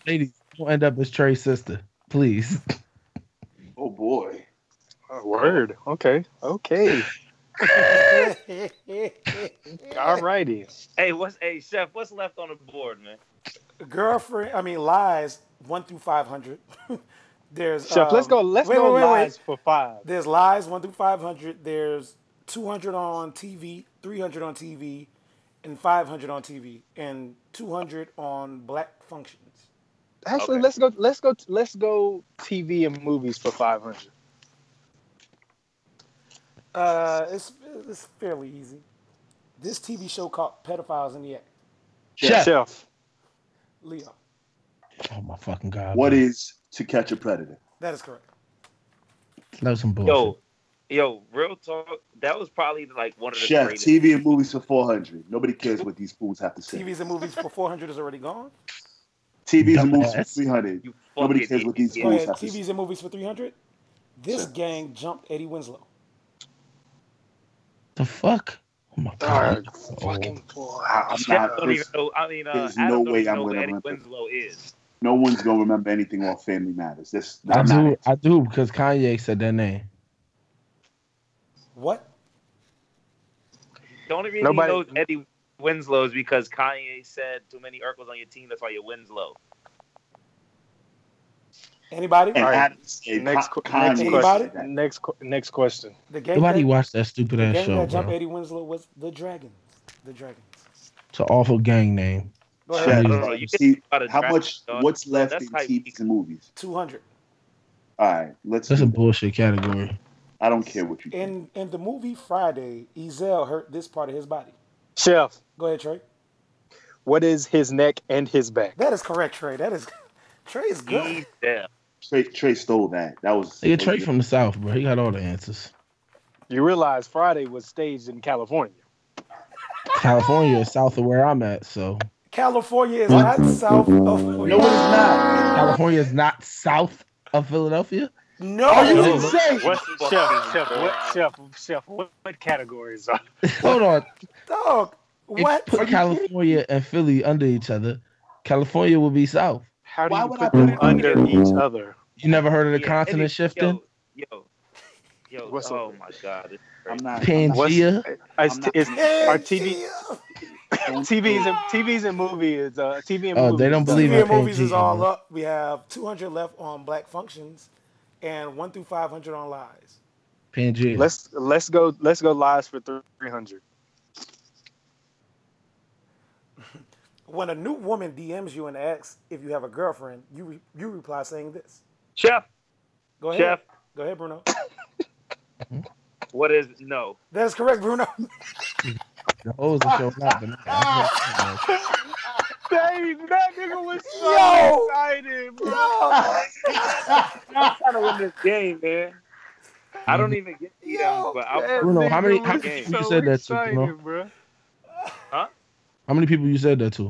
S1: Ladies, don't end up as Trey's sister, please. [LAUGHS]
S4: oh boy.
S5: Oh, word. Okay. Okay. All righty.
S3: hey, what's hey chef? What's left on the board, man?
S2: girlfriend i mean lies 1 through 500 [LAUGHS] there's
S5: Chef, let's
S2: um,
S5: go. Let's
S2: wait,
S5: go
S2: wait, wait, wait.
S5: lies for five.
S2: there's lies 1 through 500 there's 200 on tv 300 on tv and 500 on tv and 200 on black functions
S5: Actually,
S3: Okay.
S5: let's go. Let's go. Let's go. TV and movies for five hundred.
S2: uh, it's, it's fairly easy this tv show caught pedophiles in the act
S1: Chef.
S5: Chef.
S2: leo
S1: Oh my fucking god.
S4: What
S1: bro.
S4: is to catch a predator?
S2: that is correct
S1: That was some bullshit.
S3: Yo, yo, real talk. That was probably like one of the
S4: Chef,
S3: greatest.
S4: TV and movies for 400. Nobody cares what these fools have to say.
S2: tvs and movies for 400 is already gone
S4: TVs and movies for
S1: Dumbass.
S4: 300.
S3: You
S4: Nobody
S3: fucking
S4: cares
S3: idiot.
S4: what these
S2: go
S4: fools
S2: ahead
S4: have to say.
S2: tvs and movies for 300 this
S4: Sure.
S2: gang jumped eddie winslow
S1: The fuck? Oh my god. Oh.
S5: Dog, fucking
S4: I- I'm
S3: I
S4: not.
S3: don't even
S4: There's,
S3: know. I mean, uh,
S4: there's
S3: I
S4: no
S3: don't
S4: way
S3: even
S4: I'm
S3: know who
S4: gonna
S3: Eddie
S4: remember.
S3: Winslow is.
S4: no one's gonna remember anything off Family Matters. That's
S1: I
S4: I'm
S1: do,
S4: not.
S1: I do, because Kanye said that name.
S2: What?
S3: The only reason
S5: Nobody-
S3: he knows Eddie Winslow is because Kanye said too many Urkels on your team. That's why you're Winslow.
S2: Anybody?
S4: And
S5: Alright,
S4: Adam said
S5: Next,
S4: Con-
S5: qu- next
S4: Kanye
S5: question.
S4: said that.
S5: Next, qu- next question.
S2: The game
S1: Nobody
S2: that,
S1: watched that stupid
S2: the
S1: ass
S2: game
S1: show,
S2: that jumped
S1: bro.
S2: Eddie Winslow was the Dragons. The Dragons.
S1: It's an awful gang name.
S2: Go
S1: Shut-
S2: ahead.
S4: Shut
S1: Please.
S4: up.
S3: You can't
S4: See
S3: talk about a
S4: how
S3: draft,
S4: much?
S3: dog.
S4: What's left
S3: That's
S4: in
S3: how you-
S4: TVs and movies?
S2: Two hundred.
S4: All right, let's.
S1: That's a
S4: Do that.
S1: bullshit category.
S4: I don't care what you think.
S2: In in the movie Friday, Ezel hurt this part of his body.
S5: Chef,
S2: Go ahead, Trey.
S5: what is his neck and his back?
S2: That is correct, Trey. That is [LAUGHS] Trey's good.
S3: He's there.
S4: Trey, Trey stole that. That was.
S1: Nigga, Trey from the South, bro. He got all the answers.
S5: You realize Friday was staged in California.
S1: California is south of where I'm at, so
S2: California is not south of
S4: No, it is not.
S1: California is not south of Philadelphia.
S2: No,
S4: Are you
S2: no.
S4: insane?
S5: What,
S3: Fucking
S5: chef, chef,
S3: God.
S5: what, chef, chef, what, what categories are?
S1: Hold on,
S2: dog.
S1: If you
S2: What?
S1: put California and Philly under each other, California will be south.
S5: How do
S4: Why
S5: you
S4: would
S5: put
S4: I put
S5: them
S4: it
S5: under
S3: under?
S5: each other?
S1: You never heard of the
S3: Yeah,
S1: continent
S3: Eddie-
S1: shifting?
S3: Yo, yo, yo
S5: What's
S3: oh
S5: up?
S3: my god. it's
S4: I'm
S3: crazy.
S4: not. I'm not
S1: Pangea.
S5: What's- Is,
S4: not-
S5: is, are
S2: Hey,
S5: TV,
S2: yeah.
S4: don't say
S5: TVs and TVs and movies, uh, TV and
S1: Oh,
S5: movies?
S1: they don't
S5: is
S1: believe
S5: done.
S2: TV
S1: in
S2: and movies is
S1: Pangea,
S2: all
S1: bro.
S2: up. We have 200 left on Black Functions, and one through 500 on Lies.
S1: Pangea.
S5: Let's let's go let's go lives for three hundred.
S2: When a new woman DMs you and asks if you have a girlfriend, you re- you reply saying this.
S3: Chef,
S2: Go ahead.
S3: chef,
S2: Go ahead, Bruno.
S3: what is no?
S2: That's correct, Bruno. [LAUGHS]
S1: the hoes are showing up. But not-
S5: Dang, that nigga was
S2: so Yo!
S5: excited,
S2: Yo,
S3: I'm trying to win this game, man. I don't even get the
S2: Yo,
S3: emails, but I'm,
S5: That
S1: Bruno, how many
S5: nigga
S1: how
S5: was
S1: many people
S5: so
S1: you said that to?
S5: excited,
S1: Bruno?
S5: bro.
S1: How many people you said that to?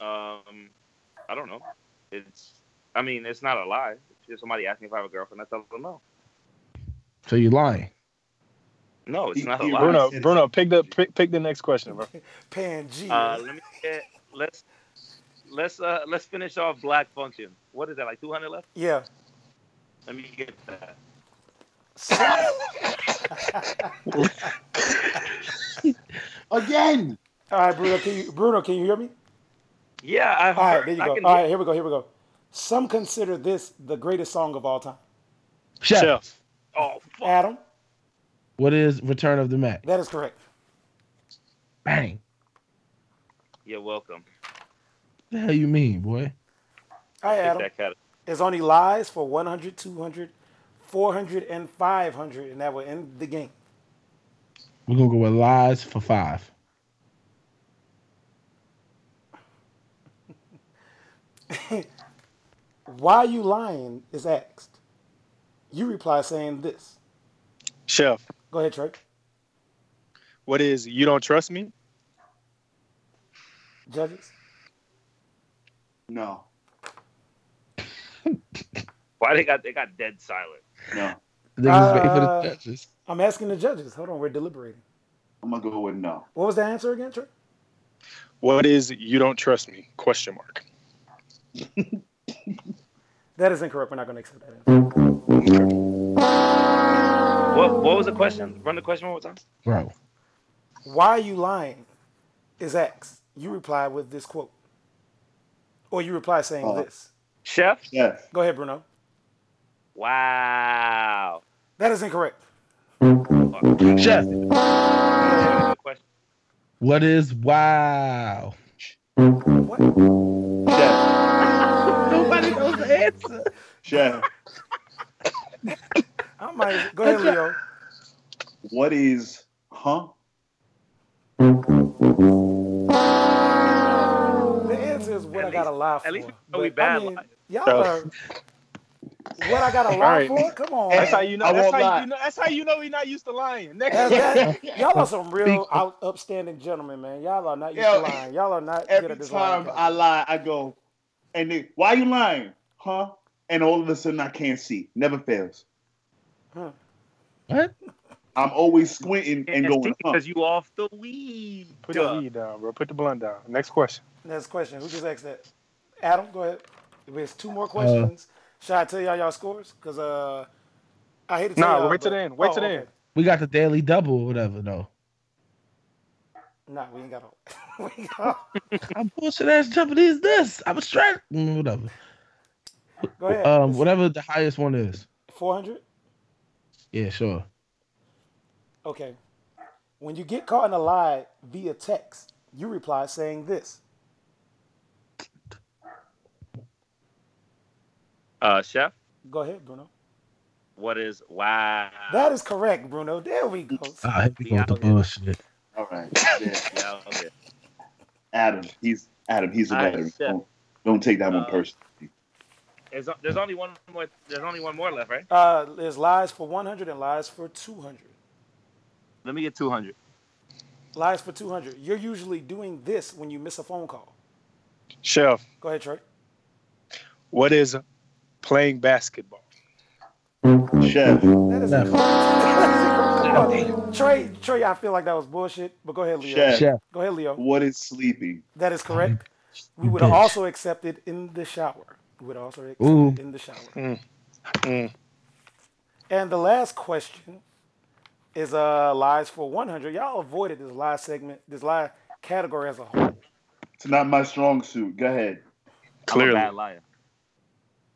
S3: um, I don't know. It's, I mean, it's not a lie. If somebody asks me if I have a girlfriend, I tell them no.
S1: So you lying?
S3: No, it's
S4: He-
S3: not a
S4: he
S3: lie.
S5: Bruno, Bruno, pick the pick, pick the next question, bro.
S2: Pangea.
S3: Uh, let me get, let's let's uh let's finish off Black Function. What is that? Like 200 left?
S2: yeah.
S3: Let me get that.
S4: again.
S2: All right, Bruno. Can you, Bruno, can you hear me?
S3: Yeah, I heard.
S2: All right, there you
S3: I
S2: go.
S3: can
S2: All
S3: hear-
S2: right, here we go. Here we go. Some consider this the greatest song of all time.
S1: Chef,
S5: Chef,
S3: Oh fuck!
S2: Adam,
S1: what is Return of the Mac?
S2: that is correct.
S1: Bang.
S3: You're welcome.
S1: The hell you mean, boy?
S2: All right,
S3: Take
S2: Adam.
S3: that category.
S2: There's only lies for 100, 200, 400, and 500, and that will end the game.
S1: We're gonna go with lies for five.
S2: [COUGHS] Why you lying is asked. You reply saying this.
S5: chef,
S2: Go ahead, Trey.
S5: what is you don't trust me?
S2: Judges.
S4: No,
S3: Why they got they got dead silent?
S4: no.
S1: Niggas waiting for
S2: Uh,
S1: the judges.
S2: I'm asking the judges. Hold on, we're deliberating.
S4: I'm gonna go with no.
S2: What was the answer again, Trey?
S5: What is you don't trust me? Question mark.
S2: That is incorrect. We're not going to accept that answer.
S3: What what was the question? Run the question one more time.
S1: Bro,
S2: Why you lying is asked. You reply with this quote. Or you reply saying
S5: Uh.
S4: Oh.
S2: this.
S3: Chef.
S4: Yeah.
S2: Go ahead, Bruno.
S3: Wow.
S2: That is incorrect.
S1: Chef,
S3: What a good question.
S1: what is wow?
S2: What?
S4: Chef.
S1: Nobody knows the answer.
S4: Chef.
S2: I might. as- Go ahead, Leo.
S4: What is? Huh?
S2: The answer is what
S3: At
S2: I gotta lie for.
S3: at least we know we
S2: But,
S3: bad
S2: I mean,
S3: liars.
S2: y'all
S5: So-
S2: are. What I gotta lie
S5: right.
S2: for? Come
S5: That's how
S2: on.
S5: you know.
S4: I
S5: That's
S4: won't
S5: how
S4: lie.
S5: you know. That's how you know he's not used to lying.
S2: That, [LAUGHS]
S5: Next,
S2: that, y'all are some real
S1: Speak-
S2: out, upstanding gentlemen, man. Y'all are not used
S4: Yo,
S2: to lying. Y'all are not good
S4: Every
S2: at this lying.
S4: time
S2: Game.
S4: I lie, I go, and they, why you lying? Huh? And all of a sudden, I can't see. Never fails.
S2: Huh.
S1: What?
S4: I'm always squinting and going up.
S3: because you off the weed.
S5: Put the weed down, bro. Put the blunt down. Next question.
S2: Next question. Who just asked that? Adam, go ahead. There's two
S5: Uh,
S2: more questions. Should I tell y'all y'all scores? Because uh, I hate to tell
S5: Nah,
S2: y'all,
S5: wait till
S2: but- oh,
S5: the end. Wait till the
S2: okay.
S5: end.
S1: We got the daily double or whatever though.
S2: Nah, we ain't got all. [LAUGHS] we ain't got all.
S1: I'm bullshit ass jumping is this. I'm a strap. Mm, Whatever.
S2: Go ahead.
S1: Um, whatever the highest one is.
S2: 400?
S1: Yeah, sure.
S2: Okay. When you get caught in a lie via text, you reply saying this.
S3: Uh, chef,
S2: Go ahead, Bruno.
S3: what is wow?
S2: That is correct, Bruno. There we go.
S5: Uh,
S1: Ah, here we go with the
S3: Yeah.
S1: bullshit.
S4: All right, there.
S3: Yeah, okay.
S4: Adam. He's Adam. He's a
S3: All right,
S4: veteran.
S3: yeah.
S4: Don't, don't take that one
S3: Uh,
S4: personally.
S3: There's, there's only one more. There's only one more left, right?
S2: Uh, there's lies for 100 and lies for 200.
S3: Let me get 200.
S2: Lies for 200. You're usually doing this when you miss a phone call.
S5: Chef,
S2: Go ahead, Trey.
S5: what is playing basketball?
S4: Chef.
S2: That is
S1: Chef.
S2: Come on. [LAUGHS] Trey, Trey, I feel like that was bullshit, but go ahead, Leo.
S4: Chef.
S1: Chef,
S2: Go ahead, Leo.
S4: What is sleeping?
S2: That is
S5: [LAUGHS]
S2: correct. We
S1: you
S2: would have
S1: bitch.
S2: also accepted in the shower. We would also accept
S1: Ooh.
S2: it in the shower.
S5: Mm.
S2: And the last question is uh lies for 100. Y'all avoided this live segment, this live category as a whole.
S4: It's not my strong suit. Go ahead.
S3: I'm
S5: Clearly.
S3: a bad liar.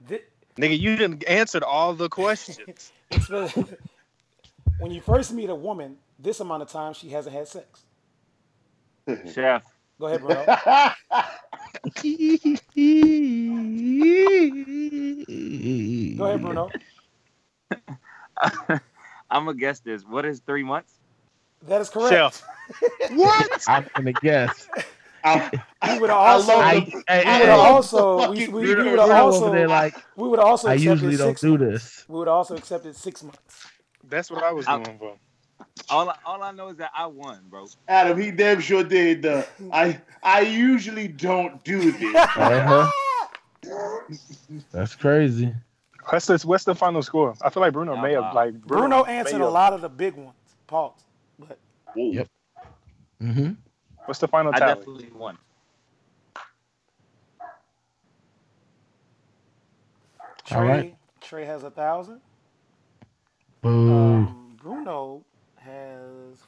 S2: Thi-
S5: Nigga, you didn't answered all the [LAUGHS] questions.
S2: it's been- [LAUGHS] when you first meet a woman, this amount of time she hasn't had sex.
S3: Chef,
S2: Go ahead, Bruno. Go ahead, Bruno.
S3: I'm gonna guess this. What is three months?
S2: That is correct.
S5: Chef. what?
S1: I'm gonna guess.
S4: [LAUGHS] I,
S2: We would have
S4: I
S2: also,
S4: love
S1: I,
S4: the-
S1: hey,
S2: we
S1: hey,
S2: would have
S1: hey,
S2: also, [LAUGHS] we,
S1: Bruno-
S2: we, would have
S1: Bruno
S2: also,
S1: over there like
S2: we would have also
S1: I
S2: accepted
S1: usually don't
S2: six.
S1: do this.
S2: We would have also accepted six months.
S5: That's what I was
S3: I'm-
S5: going for.
S3: All I, all I know is that I won, bro.
S4: Adam, he damn sure did. Uh, I I usually don't do this.
S1: Uh-huh. That's crazy.
S5: What's the, what's the final score? I feel like Bruno
S3: Oh,
S5: may have
S3: wow.
S5: like
S2: Bruno answered
S5: may
S2: a
S5: have-
S2: lot of the big ones. Pause. But
S4: Whoa.
S1: Yep.
S2: Uh,
S1: Mm-hmm.
S5: What's the final
S3: I
S5: tally?
S3: definitely won.
S1: All
S2: Trey,
S1: right.
S2: Trey has a thousand.
S1: Boo.
S2: Um, Bruno has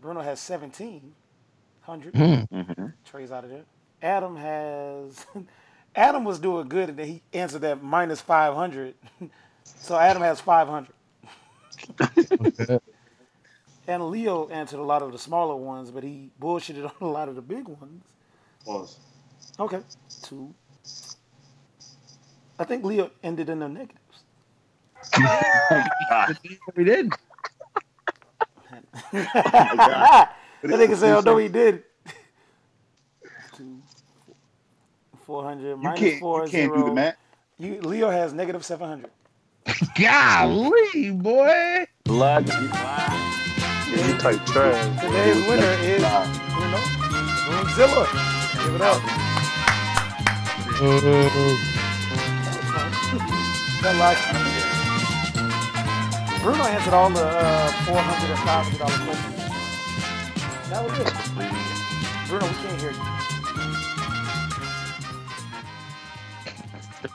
S2: Bruno has seventeen hundred.
S1: Mm.
S2: Trey's out of there. Adam has [LAUGHS] Adam was doing good and then he answered that minus five hundred. [LAUGHS] so Adam has five hundred.
S1: Okay.
S2: [LAUGHS] And Leo answered a lot of the smaller ones, but he bullshitted [LAUGHS] on a lot of the big ones.
S4: Pause.
S2: Okay, two. I think Leo ended in the negatives.
S1: we did.
S2: Oh
S4: [LAUGHS]
S2: that nigga said, "Oh no, he did." Two, four hundred
S4: You
S2: minus
S4: can't, you
S2: four
S4: can't do the
S2: zero.
S4: math.
S2: You Leo has negative seven hundred.
S1: Golly, boy.
S3: Blood. Wow.
S5: You type trash.
S2: Today's winner is
S4: Nah.
S2: Bruno Brunzilla. Give it up. That like- Bruno answered all the uh, four hundred and five hundred dollar questions. That was it. Bruno, we can't hear you.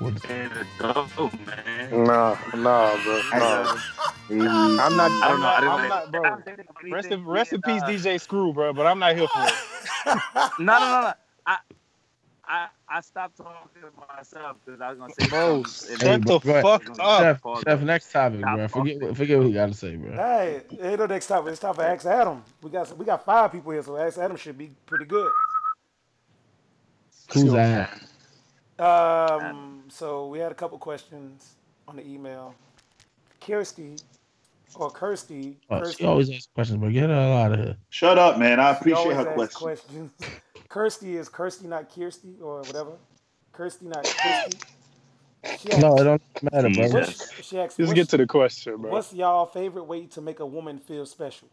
S3: Oh, man.
S5: Nah, nah, bro. Nah. I'm
S3: I
S5: not. I'm
S3: don't know.
S5: not,
S3: I didn't
S5: I'm
S3: like-
S5: not bro. Rest in, rest in
S2: uh,
S5: peace, DJ Screw, bro. But I'm not here [SIGHS] for it.
S2: [LAUGHS]
S3: No, no, no, no. I, I, I stopped talking to myself because I was gonna say
S5: Bro,
S3: something.
S5: shut
S1: Hey,
S5: the
S1: bro, go ahead.
S5: fuck up.
S1: Chef,
S3: Pause.
S1: chef, next topic,
S3: Oh, Stop
S1: bro. Forget,
S3: talking.
S1: what- forget what you got to say, bro.
S2: Hey, hey, no next topic. It's time for Ask Adam. We got we got five people here, so Ask Adam should be pretty good.
S1: Who's that?
S2: Um, so we had a couple questions on the email. Kirsty or Kirsty,
S1: Oh,
S2: Kirsty,
S1: she always asks questions, bro. Get her out of here.
S4: Shut up, man. I
S2: she
S4: appreciate
S2: always
S4: her
S2: asks
S4: question.
S2: questions. [LAUGHS] Kirsty is Kirsty not Kirsty or whatever. Kirsty not Kirsty. She
S1: No, it
S2: asks,
S1: don't matter, bro.
S2: what's,
S3: Jesus.
S2: she asks,
S5: Let's
S2: what's,
S5: get to the question, bro.
S2: what's y'all favorite way to make a woman feel special?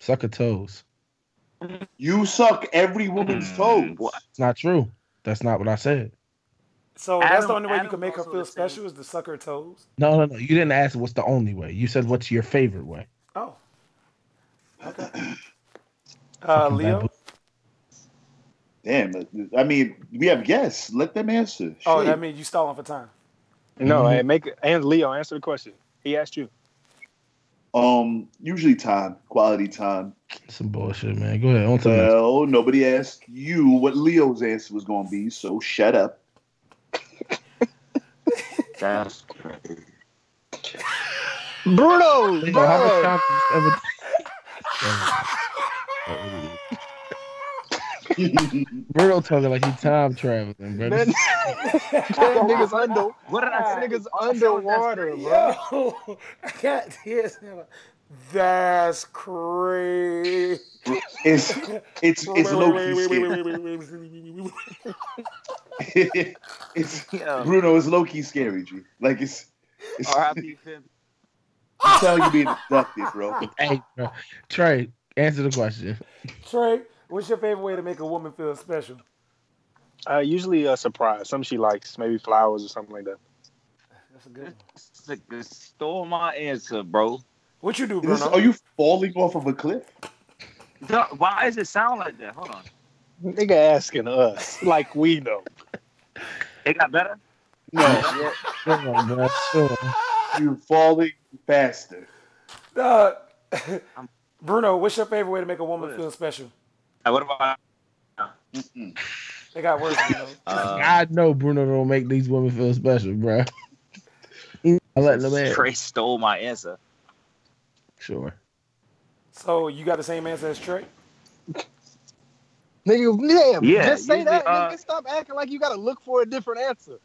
S1: Suck her toes.
S4: You suck every woman's
S3: Hmm,
S4: toes.
S3: what?
S1: It's not true. That's not what I said.
S2: So that's
S3: Adam-
S2: the only way you
S3: Adam
S2: can make her
S3: also
S2: feel
S3: the same.
S2: special is to suck her toes.
S1: No, no, no. You didn't ask what's the only way. You said what's your favorite way.
S2: Oh.
S4: [CLEARS THROAT]
S2: Okay. Uh,
S1: Fucking
S2: Leo.
S1: baboon.
S4: Damn, uh, I mean, we have guests. Let them answer. Shit.
S2: Oh, that means you stalling for
S4: [LAUGHS]
S2: time.
S5: No,
S1: Mhm.
S5: and make and Leo answer the question. He asked you.
S4: um, usually time, quality time.
S1: Some bullshit, man. Go ahead. On to the next.
S4: Well, nobody asked you what Leo's answer was going to be, so shut [LAUGHS] up.
S3: That's crazy.
S7: Bruno,
S1: Leo, how much
S7: bro.
S1: time do you ever? Bruno talking like he time traveling, bro. This-
S5: That nigga's under.
S3: What did I
S5: That
S3: say?
S5: nigga's
S3: I said what that's
S5: underwater,
S3: crazy.
S5: bro.
S2: Yo, I got tears. in my- That's crazy.
S4: [LAUGHS] It's it's it's low key scary. [LAUGHS] it's
S3: Yeah.
S4: Bruno. It's low key scary, G. Like it's it's
S3: RIP 50.
S4: I'm telling you being abducted, bro.
S1: hey, bro. Trey, answer the question.
S2: Trey, what's your favorite way to make a woman feel special?
S5: Uh, usually a surprise, something she likes, maybe flowers or something like that.
S2: That's a good one.
S3: This nigga Stole my answer, bro.
S2: What you do,
S4: Is this,
S2: Bruno? [LAUGHS]
S4: are you falling off of a cliff?
S3: Duh, Why does it sound like that? Hold on.
S5: Nigga asking us like we know.
S3: It got better. [LAUGHS]
S4: No,
S1: Come on, bro. Sure.
S4: you're falling faster.
S2: Dog. Uh, [LAUGHS] Bruno, what's your favorite way to make a woman
S3: What is-
S2: feel special?
S3: Hey, What about?
S4: Mm-mm.
S2: They got worse. You know?
S3: Uh,
S1: I know Bruno don't make these women feel special, bro. I let them in.
S3: Trey stole my answer.
S1: Sure.
S2: So you got the same answer as Trey?
S5: Nigga, yeah,
S3: Yeah,
S5: just say
S3: usually,
S5: that.
S3: uh,
S5: nigga, stop acting like you gotta look for a different answer.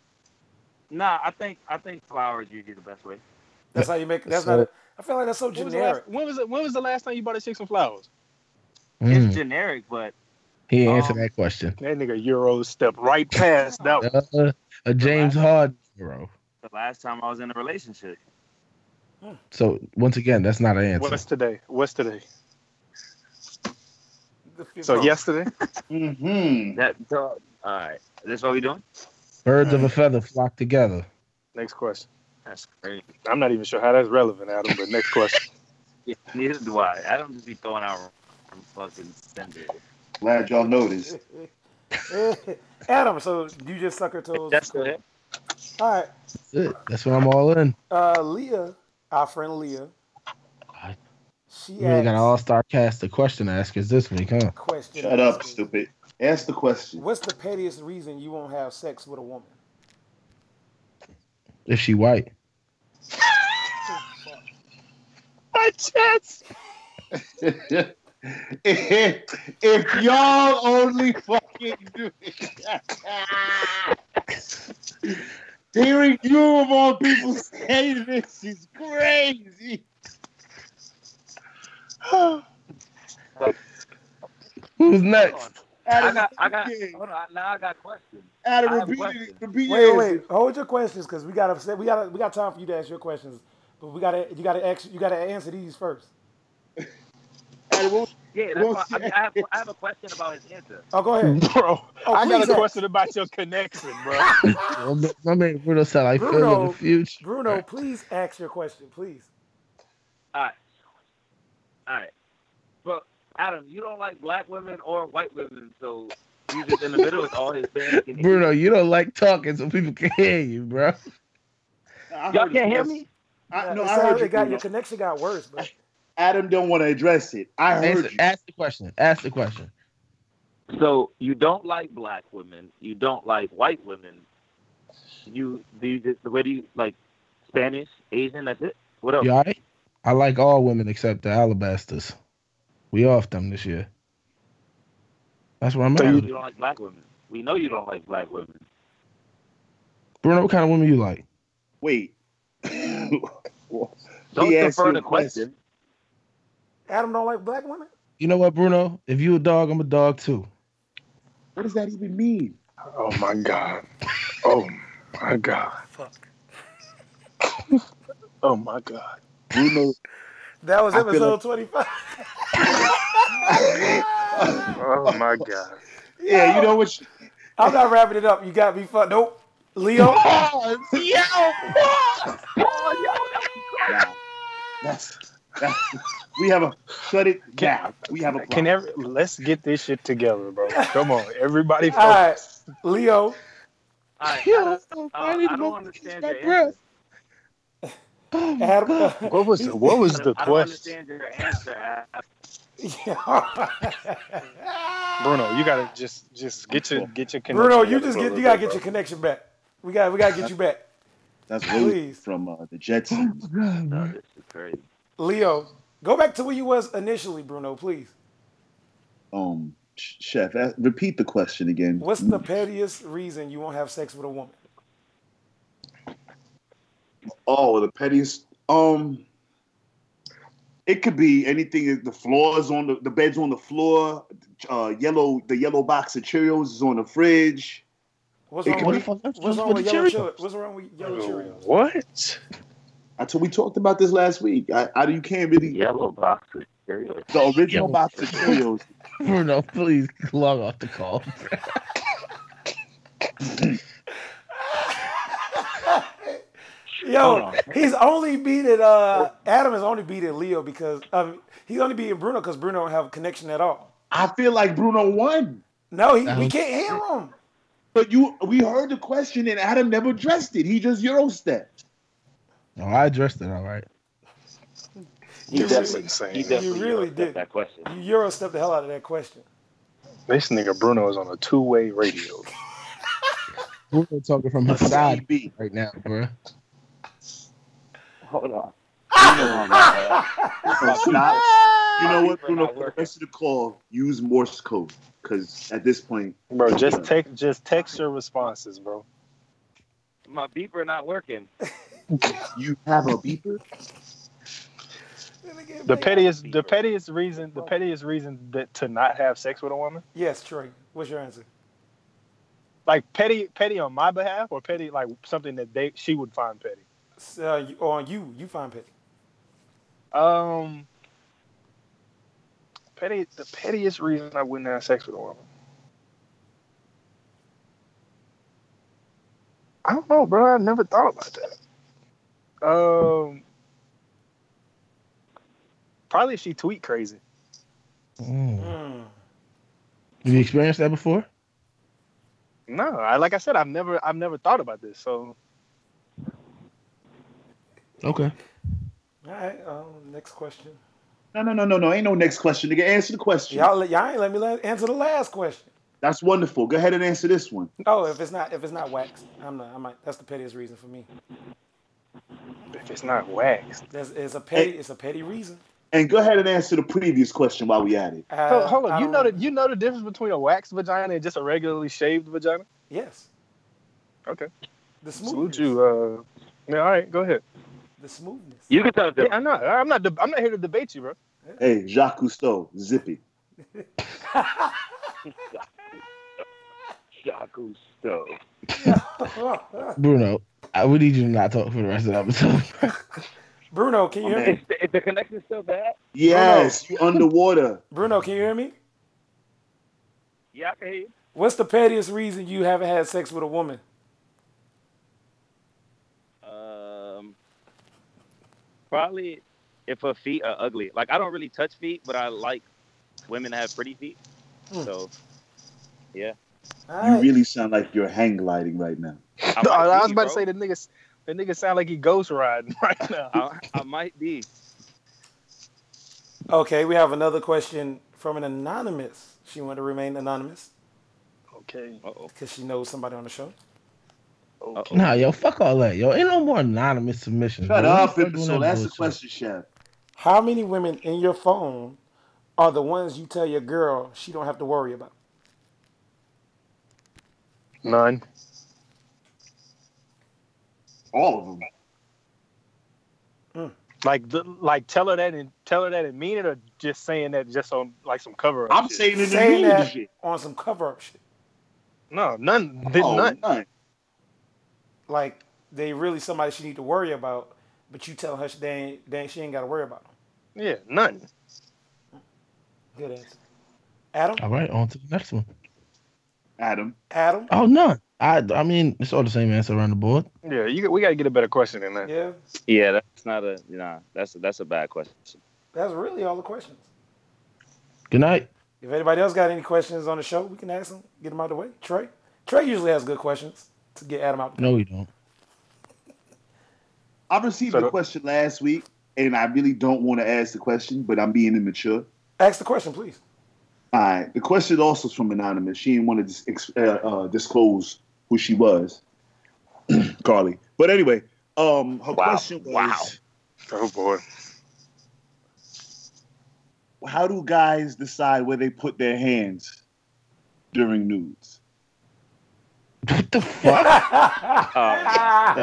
S3: Nah, I think I think flowers usually the best way.
S2: That's how you make. That's
S1: So-
S2: not. A, I feel like that's so
S5: When was, the last,
S2: generic.
S5: when was it? When was the last time you bought a chick some flowers?
S1: Mm,
S3: It's generic, but
S1: he didn't answer
S3: um,
S1: that question.
S5: That nigga Euro stepped right [LAUGHS] past that. One.
S1: Uh, a James Harden, bro.
S3: the last time I was in a relationship,
S1: So once again, that's not an answer.
S5: What's today? What's today?
S2: The-
S5: So
S2: bro,
S5: yesterday.
S4: Mm-hmm.
S3: that dog. All right, this what we doing?
S1: [LAUGHS] Birds of a feather flock together.
S5: Next question.
S3: That's crazy.
S5: I'm not even sure how that's relevant, Adam. But next question.
S3: Yeah, neither do I. I don't just be throwing out fucking standards.
S4: Glad y'all noticed.
S2: [LAUGHS] Adam, so you just suck her toes.
S3: That's good.
S2: All right.
S1: That's it. That's what I'm all in.
S2: Uh, Leah, our friend Leah, she
S1: We really got an
S2: asked
S1: all star cast of question askers this week, huh?
S2: question.
S4: Shut up,
S2: asking,
S4: stupid. Ask the question. [LAUGHS]
S2: What's the pettiest reason you won't have sex with a woman?
S1: If she white.
S5: My chance.
S4: if y'all only fucking do it. [LAUGHS] Hearing you of all people say this is crazy. [SIGHS]
S1: Who's next?
S3: Hold on. I
S4: Adam,
S3: got, I got.
S4: again.
S3: Hold on. Now I got questions. I
S4: Adam
S3: have a
S4: repeat it.
S3: question.
S4: Repeat
S2: Wait,
S4: it.
S2: wait, hold your questions, cause we gotta say- we gotta we got time for you to ask your questions, but we gotta you gotta ask, you gotta answer these first.
S4: Adam, what-
S3: Yeah, that's
S4: Well,
S3: why, I, mean, I, have,
S4: [LAUGHS]
S3: I have a question about his answer.
S2: Oh, go ahead.
S5: [LAUGHS] Bro,
S2: Oh,
S5: I got
S2: please
S5: a
S2: ask.
S5: question about your connection, bro.
S1: My man- My man Bruno sound like Phil in
S2: Bruno.
S1: the future.
S2: Bruno, please ask your question, please.
S3: All right, all right. But Adam, you don't like black women or white women, so you just in the middle with all his bad.
S1: Bruno, you don't like talking so people can hear you, bro.
S4: I
S3: y'all
S4: heard
S3: can't
S4: it.
S3: hear me.
S4: I,
S2: Yeah,
S4: no,
S2: it
S4: I
S2: sound-
S4: heard
S2: it
S4: you.
S2: got,
S4: Bruno.
S2: your connection got worse, but
S4: Adam don't want to address it. I heard
S1: Answer,
S4: you.
S1: ask the question. Ask the question.
S3: So you don't like black women. You don't like white women. You do you just what do you like? Spanish, Asian. That's it. What else?
S1: You all right? I like all women except the alabasters. We off them this year. That's where I'm
S5: So
S1: at.
S3: You
S1: with it.
S3: don't like black women. We know you don't like black women.
S1: Bruno, what kind of woman you like?
S4: Wait. [LAUGHS]
S3: Don't
S4: He asked you
S3: defer
S4: a
S3: the question.
S2: Adam don't like black women.
S1: You know what, Bruno? If you a dog, I'm a dog too.
S4: what does that even mean?
S5: [LAUGHS] Oh my god. Oh my god. [LAUGHS] Oh my god.
S4: Bruno.
S2: [LAUGHS] That was
S4: I feel
S2: episode twenty five.
S5: Oh my god.
S4: yeah, you know what?
S3: Oh,
S2: [LAUGHS] I'm not wrapping it up. You got me fucked. Nope. Leo.
S1: Yo,
S4: Nah. That's, that's, [LAUGHS] we have a shut it down. We have a
S5: Can
S4: problem.
S5: every, let's get this shit together, bro. Come on,
S2: [LAUGHS]
S5: everybody.
S2: All right,
S5: focus.
S2: Leo.
S5: [LAUGHS]
S3: I,
S1: yo,
S3: Uh,
S1: I
S3: I,
S1: didn't
S3: don't
S1: know it's
S3: understand
S1: my
S3: your
S1: breath.
S3: answer.
S1: Oh my
S2: Adam,
S1: [LAUGHS]
S2: [LAUGHS]
S1: God.
S4: [LAUGHS]
S5: What was what was
S3: I
S5: the
S3: don't
S5: question,
S3: understand your answer. Al.
S5: Bruno? You gotta just just get your get your connection.
S2: Bruno, you
S5: together
S2: just
S5: for
S2: get
S5: a
S2: you
S5: little
S2: gotta
S5: bit,
S2: get your
S5: bro.
S2: connection back. We got we gotta get you back.
S4: That's Willie
S2: Please.
S4: from uh, the Jetsons.
S1: Oh my God,
S3: No,
S1: bro.
S3: this is crazy.
S2: Leo, go back to where you was initially, Bruno. Please.
S4: Um, sh- Chef, a- repeat the question again.
S2: What's the pettiest reason you won't have sex with a woman?
S4: Oh, the pettiest. Um, it could be anything. The floors on the the bed's on the floor. Uh, yellow the yellow box of Cheerios is on the fridge.
S2: What's
S4: It
S2: wrong
S4: could
S1: What
S2: with
S1: if I left
S2: what's
S1: just
S2: wrong
S1: with
S2: with
S1: the
S2: yellow
S1: Cheerios?
S2: Cheerios? What's wrong with yellow
S5: [LAUGHS]
S2: Cheerios?
S5: What?
S4: I told we talked about this last week. I, I you can't really
S3: Yellow box of cereal.
S4: the
S1: Yo.
S4: original box of Cheerios.
S1: Bruno, please log off the call.
S2: Yo,
S4: Hold on.
S2: he's only beating uh Adam is only beating Leo because um he's only beating Bruno because Bruno don't have a connection at all.
S4: I feel like Bruno won,
S2: No, he, we
S1: Um,
S2: can't hear him.
S4: but you we heard the question and Adam never addressed it. He just euro stepped.
S1: No, I addressed it all right.
S3: He
S2: You
S5: This is
S2: really-
S3: He
S5: insane.
S3: definitely
S2: really
S3: messed up
S2: did.
S3: that question.
S2: You Euro stepped the hell out of that question.
S5: This nigga Bruno is on a two way radio.
S1: Bruno talking from his side
S4: CB.
S1: right now, bro.
S3: Hold on.
S4: [LAUGHS] Bruno, stop. You know what, Bruno? For the rest of the call, use Morse code because at this point,
S5: Bro, just text just text your responses, bro.
S3: My beeper not working.
S4: you have a beeper.
S5: The pettiest the pettiest reason the pettiest reason that to not have sex with a woman?
S2: Yes, Trey. What's your answer?
S5: Like petty petty on my behalf or petty like something that they she would find petty.
S2: S- Uh, you, on you, you find petty.
S5: Um petty the pettiest reason I wouldn't have sex with a woman. I don't know, bro. I never thought about that. Um probably if she tweet crazy.
S1: Mm.
S2: Mm.
S1: Have you experienced that before?
S5: No, I like I said, I've never I've never thought about this. So
S1: Okay.
S2: All right. Um, next question.
S4: No, no, no, no, no. Ain't no next question. Nigga, answer the question.
S2: Y'all, let- y'all ain't let me la- answer the last question.
S4: That's wonderful. Go ahead and answer this one.
S2: Oh, if it's not if it's not wax, I'm not. I'm not. That's the pettiest reason for me.
S5: if it's not waxed.
S2: That's, it's a petty. It's a petty reason.
S4: And go ahead and answer the previous question while we at it.
S2: I-
S5: Hold, hold
S2: I
S5: on, you
S2: don't-
S5: know that you know the difference between a waxed vagina and just a regularly shaved vagina.
S2: Yes.
S5: Okay,
S2: The smoothness.
S5: salute you. Uh, yeah, all right, go ahead.
S2: The smoothness. [LAUGHS]
S3: You can tell.
S5: Yeah,
S3: the
S5: I'm not. I'm not. deb- I'm not here to debate you, bro.
S4: Hey, Jacques Cousteau, zippy.
S3: Shaku Stove.
S2: Oh, uh,
S1: Bruno, I would need you to not talk for the rest of the episode.
S2: Bruno, can you
S5: Oh,
S2: hear
S4: Okay.
S2: me?
S3: Is the, is the connection still bad?
S4: Yes, you underwater.
S2: Bruno, can you hear me?
S3: Yeah, I can hear you.
S2: What's the pettiest reason you haven't had sex with a woman?
S3: Um, probably if her feet are ugly. Like I don't really touch feet, but I like women that have pretty feet.
S2: Hmm.
S3: So
S2: All
S4: You
S2: right.
S4: really sound like you're hang gliding right now.
S3: I,
S5: No, I
S3: might
S5: was
S3: be,
S5: about to
S3: bro.
S5: say the niggas. The nigga sound like he ghost riding [LAUGHS] right now.
S3: I, I might be.
S2: Okay, we have another question from an anonymous. She wanted to remain anonymous
S5: Okay.
S3: Uh oh.
S2: because she knows somebody on the show.
S5: Okay.
S1: nah, yo, fuck all that, yo. Ain't no more anonymous submissions.
S4: Shut
S1: bro. We
S4: up,
S1: start doing
S4: imbecile.
S1: that
S4: That's the
S1: bullshit.
S4: question, Chef.
S2: How many women in your phone are the ones you tell your girl she don't have to worry about?
S5: None.
S4: All of them.
S5: Like, the, like, tell her that and tell her that and mean it, or just saying that just on like some cover up.
S4: I'm
S5: shit?
S4: saying it
S2: Saying
S4: in the
S2: that
S4: news shit.
S2: on some cover up shit.
S5: no, none. Did
S4: Oh,
S5: none.
S4: none.
S2: Like they really somebody she need to worry about, but you tell her she, they ain't, they ain't, she ain't got to worry about them.
S5: Yeah, none.
S2: Good answer. Adam,
S1: All right, on to the next one.
S4: Adam.
S2: Adam,
S1: Oh, none. I I mean, it's all the same answer around the board.
S5: Yeah, you, we got to get a better question than that.
S2: Yeah,
S8: Yeah, that's not a nah. That's that's a bad question.
S2: that's really all the questions.
S1: Good night.
S2: If anybody else got any questions on the show, we can ask them, get them out of the way. Trey, Trey usually has good questions to get Adam out.
S1: No, we don't. [LAUGHS]
S4: I received
S5: So
S4: a
S5: the-
S4: question last week, and I really don't want to ask the question, but I'm being immature.
S2: Ask the question, please.
S4: All right. The question also is from anonymous. She didn't want to dis- ex- uh, uh, disclose who she was, [CLEARS THROAT] Carly. But anyway, um, her
S8: Wow.
S4: question was,
S8: Wow.
S5: Oh boy.
S4: how do guys decide where they put their hands during nudes?
S1: What the
S2: [LAUGHS]
S1: fuck?
S5: Nah,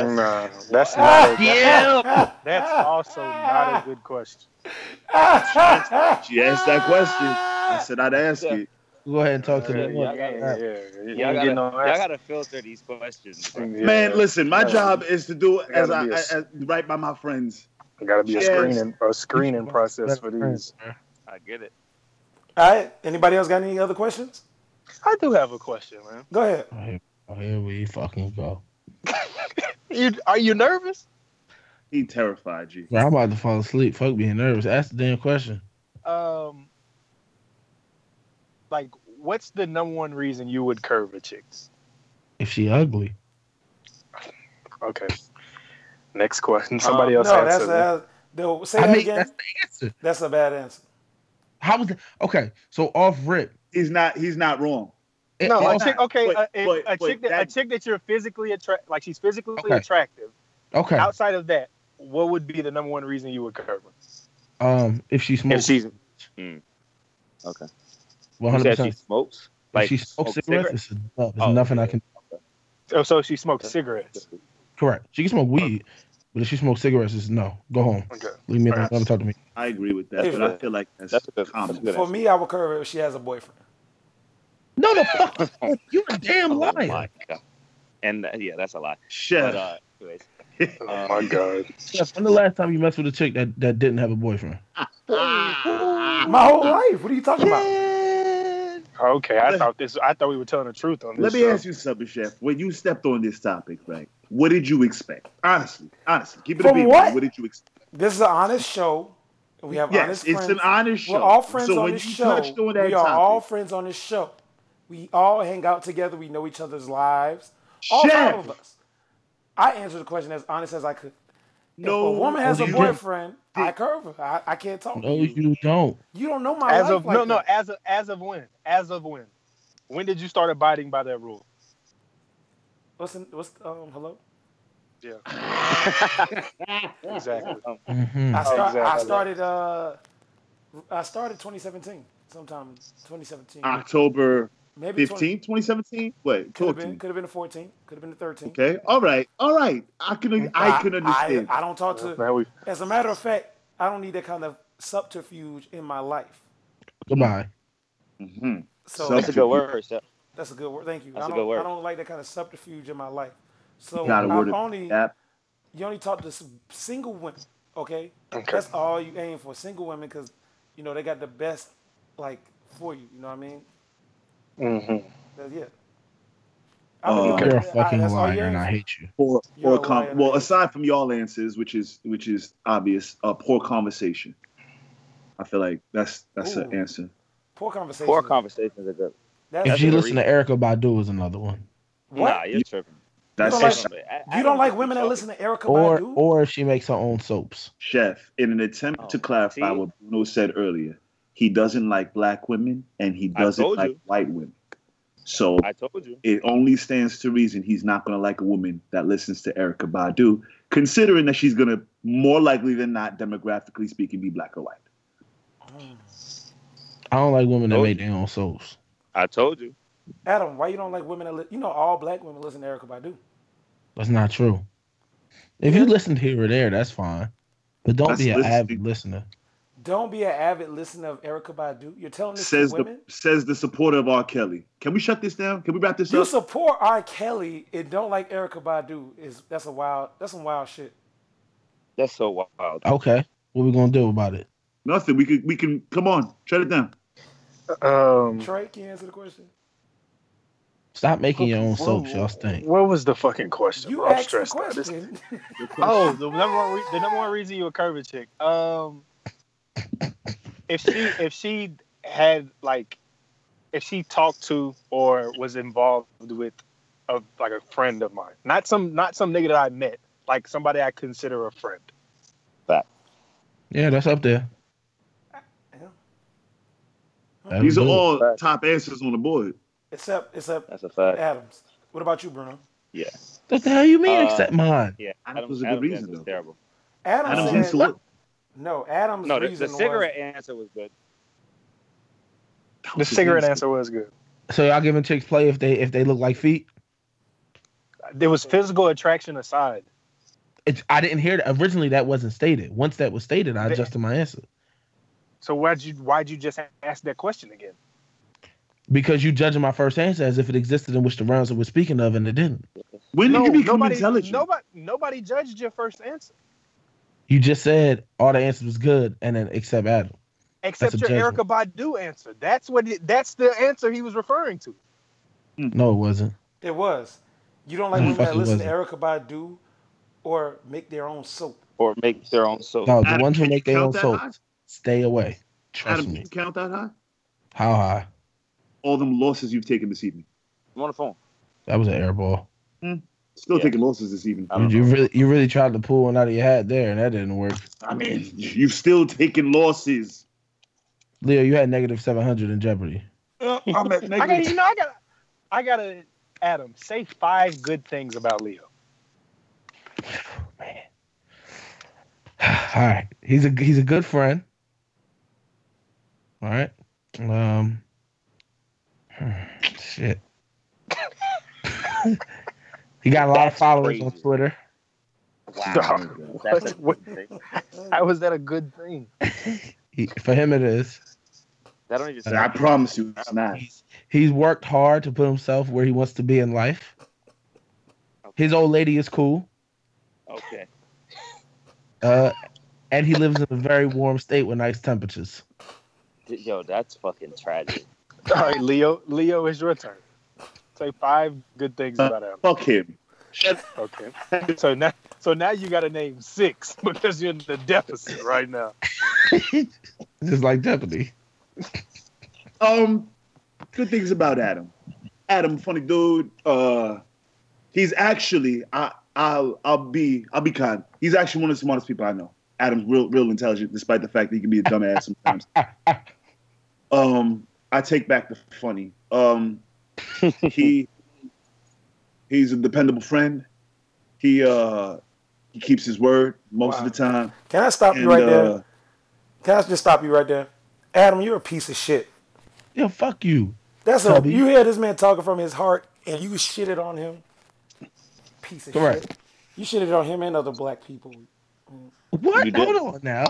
S3: [LAUGHS]
S5: that's not. A, [LAUGHS] That's also not a good question.
S4: She asked that question. I said I'd ask it.
S1: Go ahead and talk to
S5: Yeah,
S1: that one.
S8: y'all gotta-
S5: Yeah, yeah, you
S8: Y'all
S5: ain't
S8: gotta,
S5: getting no
S8: y'all
S5: answer.
S8: gotta filter these questions. bro.
S5: Yeah,
S4: Man, listen, my
S5: Gotta-
S4: job is to do as
S5: gotta
S4: I,
S5: be a-
S4: as, as right by my friends.
S5: There gotta be a
S4: Yes.
S5: screening a screening process for these.
S8: I get it.
S2: All right. Anybody else got any other questions?
S5: I do have a question, man.
S2: Go ahead.
S1: Oh, here- oh, here we fucking go.
S5: You are you nervous?
S4: He terrified you.
S1: Bro, I'm about to fall asleep. Fuck being nervous. Ask the damn question.
S5: Um, like, what's the number one reason you would curve a chick?
S1: If she ugly,
S5: Okay. Next question. Somebody else
S2: no, that's
S5: answer. that.
S2: a, no, say
S1: I
S2: that
S1: mean
S2: again.
S1: that's
S2: That's,
S1: the answer.
S2: a bad answer.
S1: How was it? Okay, so off rip.
S4: He's not. He's not wrong.
S1: It-
S5: no,
S1: off-
S5: a chick. Okay,
S4: Wait,
S5: a, a-
S4: wait,
S5: a
S4: wait,
S5: chick that, a
S4: that-
S5: chick that you're physically attract, like she's physically
S1: Okay.
S5: attractive.
S1: okay.
S5: Outside of that, what would be the number one reason you would curve her?
S1: Um, if she
S8: If
S1: smokes,
S8: she's
S1: one
S8: you
S1: hundred
S8: said she
S1: percent.
S8: smokes,
S1: If
S8: like
S1: she smokes
S8: smoke
S1: cigarettes,
S8: cigarettes?
S1: it's a dub. There's
S8: Oh,
S1: nothing I
S8: yeah.
S1: can.
S5: Oh, so she smokes cigarettes.
S1: Correct. She can smoke weed, but if she smokes cigarettes, it's no. Go home.
S5: Okay.
S1: Leave me alone.
S5: Alright.
S1: Never talk to me.
S4: I agree with that,
S2: Hey,
S4: but
S2: man.
S4: I feel like that's,
S8: That's a good-
S4: common.
S8: that's a good
S2: For me, I would curve it if she has a boyfriend.
S1: No,
S8: [LAUGHS]
S1: the fuck. You're a damn
S8: Oh
S1: liar.
S8: my god! And uh, yeah, that's a lie.
S4: Chef.
S8: But uh, anyways,
S5: Oh my god.
S1: Jeff, when the last time you messed with a chick that, that didn't have a boyfriend?
S2: My whole life. What are you talking about?
S5: Okay, I thought this. I thought we were telling the truth on this.
S4: Let me
S5: show.
S4: ask you something, Chef. When you stepped on this topic, right? What did you expect? Honestly, honestly, keep it a
S2: From
S4: beat.
S2: what?
S4: What did you expect?
S2: This is an honest show. We have
S4: yes,
S2: honest
S4: it's
S2: friends.
S4: an honest show.
S2: We're all friends
S4: so
S2: on
S4: when
S2: this
S4: you
S2: show.
S4: touched on
S2: We
S4: that
S2: are all
S4: topic,
S2: friends on this show. We all hang out together. We know each other's lives. All five
S4: Chef,
S2: of us. I answered the question as honest as I could.
S4: no, oh,
S2: if a woman has a
S1: you
S4: you-
S1: didn't.
S2: boyfriend, I curve her. I, I can't talk
S1: No,
S2: to you.
S1: you don't.
S2: You don't know my
S5: As
S2: life
S5: of
S2: like
S5: no, no.
S2: that.
S5: As of as of when? As of when? When did you start abiding by that rule?
S2: What's in, what's um hello?
S5: Exactly.
S1: Mhm.
S2: I, start, I
S5: exactly.
S2: started uh I started 2017 sometime 2017
S4: Ah, October
S2: maybe
S4: 15, 2017? Wait,
S2: could have been
S4: 14.
S2: could have been the 14 could have been the 13
S4: Okay, all right, all right. I can, I can understand.
S2: I, don't talk to
S5: Now we
S2: as a matter of fact I don't need that kind of subterfuge in my life
S1: Goodbye.
S4: hmm
S2: so
S4: Sub-
S8: that's a good word. Chef.
S2: that's a good word thank you
S8: That's
S2: I
S8: a
S2: don't
S8: good word.
S2: I don't like that kind of subterfuge in my life so
S4: Got a word
S2: I've
S4: of
S2: only
S4: that.
S2: you only talk to s- single women, okay?
S5: Okay.
S2: That's all you aim for, single women, because you know they got the best like for you. You know what I mean?
S5: Mhm.
S2: That's it.
S4: Uh,
S2: believe
S1: You're a
S2: that-
S1: fucking
S2: that's all you
S1: liar,
S2: aim
S1: and I
S2: for.
S1: hate you.
S4: Poor,
S2: You're
S4: poor
S2: a
S4: com-
S2: liar,
S4: well,
S2: man.
S4: aside from y'all answers, which is which is obvious, uh, poor conversation. I feel like that's that's an
S2: Ooh.
S4: answer.
S2: Poor conversation.
S8: Poor conversations are good.
S2: That's
S1: If
S8: That's
S1: you
S8: a good
S1: listen to Erica Badu, is another one.
S2: What?
S8: Nah, you're tripping.
S4: That's
S2: don't like-
S4: chef.
S2: you don't like women that listen to Erica
S1: Or
S2: Badu?
S1: or if she makes her own soaps.
S4: chef. In an attempt to
S8: Oh,
S4: clarify
S8: see?
S4: what Bruno said earlier, he doesn't like black women and he
S8: I
S4: doesn't
S8: told
S4: like
S8: you.
S4: white women. So
S8: I told you.
S4: it only stands to reason he's not going to like a woman that listens to Erica Badu, considering that she's going to more likely than not, demographically speaking, be black or white.
S2: Hmm.
S1: I don't like women that
S8: Oh.
S1: make their own soaps.
S8: I told you.
S2: Adam, why you don't like women that li- you know all black women listen to Erica Badu?
S1: That's not true. If you
S2: Yeah.
S1: listen here or there, that's fine. But don't
S4: That's
S1: be an
S4: listening.
S1: avid listener.
S2: Don't be an avid listener of Erica Badu. You're telling this
S4: Says
S2: to
S4: the
S2: women.
S4: says the supporter of R. Kelly. Can we shut this down? Can we wrap this
S2: You
S4: up?
S2: support R. Kelly and don't like Erica Badu is that's a wild that's some wild shit.
S8: That's so wild.
S1: Okay. What we gonna do about it?
S4: Nothing. We can we can come on. Shut it down.
S5: Um,
S4: Mm.
S2: Trey, can you answer the question?
S1: Stop making your own soaps. Y'all stink.
S5: What was the fucking question?
S2: You
S5: bro? I'm
S2: asked the
S5: stressed out. This-
S2: question.
S5: oh, the number one re- the number one reason you a curvy chick. Um, if she if she had like if she talked to or was involved with a like a friend of mine, not some not some nigga that I met, like somebody I consider a friend.
S1: Yeah, that's up there. That'll
S4: These are
S1: do it.
S4: all
S8: Right.
S4: top answers on the board.
S2: except except
S8: That's a fact.
S2: Adams. What about you, Bruno?
S8: Yeah.
S1: What the hell you mean
S8: Uh,
S1: except mine?
S8: Yeah.
S4: I thought it was a good
S8: Adam's
S4: reason,
S8: answer was
S4: though.
S8: terrible.
S2: Adams,
S4: Adams
S2: said,
S4: answer was,
S2: no. Adams
S8: No, the,
S2: reason
S8: the cigarette answer was good.
S4: that
S5: The
S4: was
S5: cigarette
S4: reason.
S5: answer was good.
S1: So y'all giving chicks play if they if they look like feet?
S5: There was physical attraction aside.
S1: It, I didn't hear that originally. That wasn't stated. Once that was stated, I
S5: They-
S1: adjusted my answer
S5: So why'd you why'd you just ask that question again?
S1: because you judging my first answer as if it existed in which the rounds that we're speaking of, and it didn't.
S4: When did
S5: No,
S4: you become
S5: nobody,
S4: intelligent?
S5: nobody nobody judged your first answer.
S1: You just said all the answers was good, and then except Adam.
S5: Except
S1: That's a
S5: your Erica Badu answer. That's what. It, that's the answer he was referring to.
S1: No, it wasn't.
S2: It was. You don't like
S4: Mm,
S1: No,
S2: women
S1: fuck
S2: that
S1: it
S2: listen to
S1: wasn't.
S2: Erica Badu or make their own soap.
S8: Or make their own soap.
S1: No, the
S4: Adam,
S1: ones who
S4: can you
S1: make their
S4: count
S1: own
S4: that
S1: soap,
S4: high?
S1: stay away. Trust
S4: Adam,
S1: me.
S4: did you count that high?
S1: How high?
S4: All them losses you've taken this evening.
S8: I'm on the phone.
S1: That was an air ball.
S4: Still
S8: Yeah.
S4: taking losses this evening.
S8: I
S1: You,
S8: don't
S1: you
S8: know.
S1: really, you really tried to pull one out of your hat there, and that didn't work.
S4: I mean, you've still taken losses.
S1: Leo, you had negative seven hundred in Jeopardy.
S4: I'm [LAUGHS] at
S5: I got.
S4: negative.
S5: You know, I got. I got to Adam say five good things about Leo.
S1: Man. [SIGHS] All right, he's a he's a good friend. All right, um, [SIGHS] shit. [LAUGHS] he got a lot of
S8: That's
S1: followers on
S8: crazy.
S1: Twitter.
S8: Wow. [LAUGHS] That's a
S5: What-
S8: good thing.
S5: [LAUGHS] How is that a good thing?
S1: He, for him, it is.
S8: That don't even sound
S4: I promise you, it's not.
S1: He's, he's worked hard to put himself where he wants to be in life. His old lady is cool,
S8: Okay.
S1: uh, and he lives in a very warm state with nice temperatures.
S8: D- Yo, that's fucking tragic.
S5: All right, Leo. Leo, it's your turn. Say five good things about Adam.
S4: Fuck him.
S5: Okay. So now, so now you got to name six [LAUGHS] because you're in the deficit right now.
S1: Just like Jeopardy.
S4: Um, good things about Adam. Adam, funny dude. Uh, he's actually I I'll I'll be I'll be kind. He's actually one of the smartest people I know. Adam's real real intelligent, despite the fact that he can be a dumbass sometimes. um, I take back the funny. Um, he he's a dependable friend. He uh he keeps his word most
S2: Wow.
S4: of the time.
S2: Can I stop
S4: And
S2: you right
S4: uh,
S2: there? Can I just stop you right there? Adam, you're a piece of shit.
S1: Yeah, fuck you.
S2: That's a,
S1: Tubby.
S2: you hear this man talking from his heart and you shitted on him. Piece of
S1: Correct.
S2: shit. You shitted on him and other black people.
S1: What?
S8: You did.
S1: Hold on now.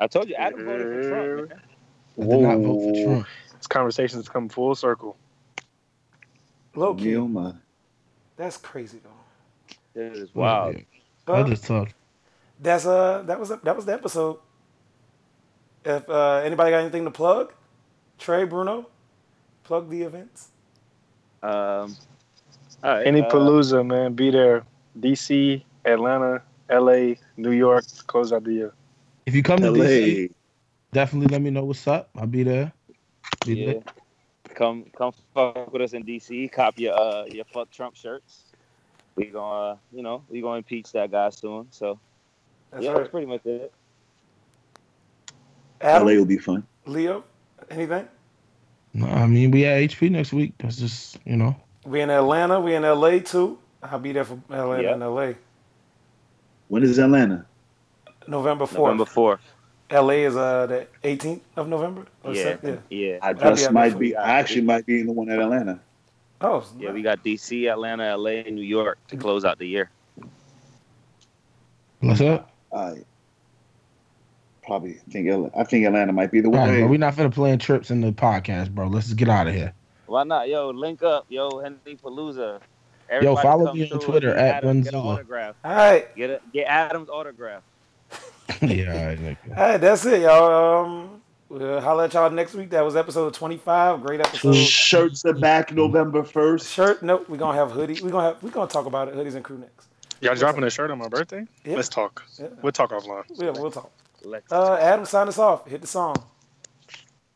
S8: I told you, Adam voted for Trump, man.
S1: I did not vote for Trump.
S5: This conversation's come full circle.
S2: Low key.
S4: Neil, my-
S2: That's crazy though.
S8: This is wild.
S1: That
S2: Uh,
S1: is tough.
S2: that's uh that was that was the episode. If uh, anybody got anything to plug, Trey Bruno, plug the events.
S8: Um, all right.
S5: Any
S8: uh,
S5: Palooza, man, be there. DC, Atlanta, LA, New York, to close out the year.
S1: If you come to DC,
S4: LA.
S1: definitely let me know what's up. I'll be there. Be
S8: yeah.
S1: there.
S8: Come, come fuck with us in DC. Cop your uh your fuck Trump shirts. We gonna, uh, you know, we gonna impeach that guy soon. So
S2: That's
S8: yeah,
S2: right.
S8: that's pretty much it.
S2: Adam,
S4: LA will be fun.
S2: Leo, anything?
S1: No, I mean we at HP next week. That's just you know.
S2: We in Atlanta. We in LA too. I'll be there for Atlanta
S8: Yeah.
S2: and LA.
S4: When is Atlanta?
S2: November fourth.
S8: November fourth.
S2: LA is uh the eighteenth of November. Or
S8: Yeah,
S2: sec- yeah.
S8: yeah,
S4: I
S2: That'd be
S4: just
S2: out
S4: might
S2: there.
S4: be. I actually might be in the one at Atlanta.
S2: Oh
S8: yeah. We got DC, Atlanta, LA, and New York to close out the year.
S1: What's up?
S4: I probably think. Atla- I think Atlanta might be the
S1: All
S4: one.
S1: right, bro. We're not finna plan trips in the podcast, bro. Let's just get out of here. [LAUGHS]
S8: Why not? Yo, link up, yo, Henry Palooza.
S1: follow
S8: come
S1: me on
S8: through
S1: Twitter
S8: and
S1: at
S8: Adam, get an
S1: Bunzilla.
S8: autograph.
S2: All right.
S8: Get a, get Adam's autograph.
S1: yeah, all right, nigga.
S2: All right. That's it, y'all. Um, We'll holler at y'all next week. That was episode 25. Great episode.
S4: Shirts are back November 1st.
S2: Shirt? Nope. We're gonna have hoodie. We're gonna have. We're gonna talk about it. Hoodies and crew necks.
S5: Y'all dropping a shirt on my birthday?
S2: Yeah.
S5: Let's talk.
S2: Yeah.
S5: We'll talk offline.
S2: Yeah, we'll talk.
S3: Let's
S2: Uh, Adam, sign us off. Hit the song.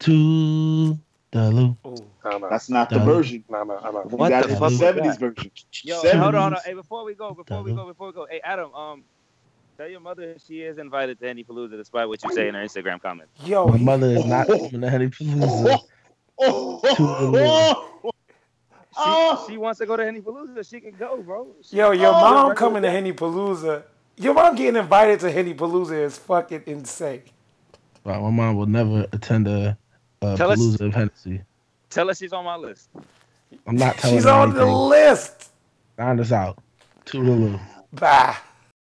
S1: To the loop.
S2: Oh,
S5: I'm out.
S4: That's not the
S1: Done.
S4: version.
S5: No, I'm out. I'm out.
S4: You
S3: What
S4: got
S3: the
S4: it
S1: fuck was
S4: Seventies
S3: that?
S4: version.
S3: Yo,
S4: Seven.
S3: hold on, hold on. Hey, before we go, before we go, before we go. Hey, Adam, um, tell your mother she is invited to any Palooza, despite what you say in her Instagram comment.
S2: yo,
S1: My
S2: he-
S1: mother is not coming to Honey Palooza.
S4: Oh,
S1: To the left.
S3: She,
S4: Oh.
S3: she wants to go to any Palooza. She can go, bro. She-
S2: yo, your
S4: Oh,
S2: mom
S4: right.
S2: coming to Henny Palooza. Your mom getting invited to Henny Palooza is fucking insane.
S1: Wow, my mom will never attend a, a
S3: Tell us-
S1: Palooza of Hennessy.
S3: Tell her she's on my list.
S1: I'm not telling
S2: She's
S1: her
S2: on the
S1: anything.
S2: list.
S1: Find us out. To the loop.
S2: Bye.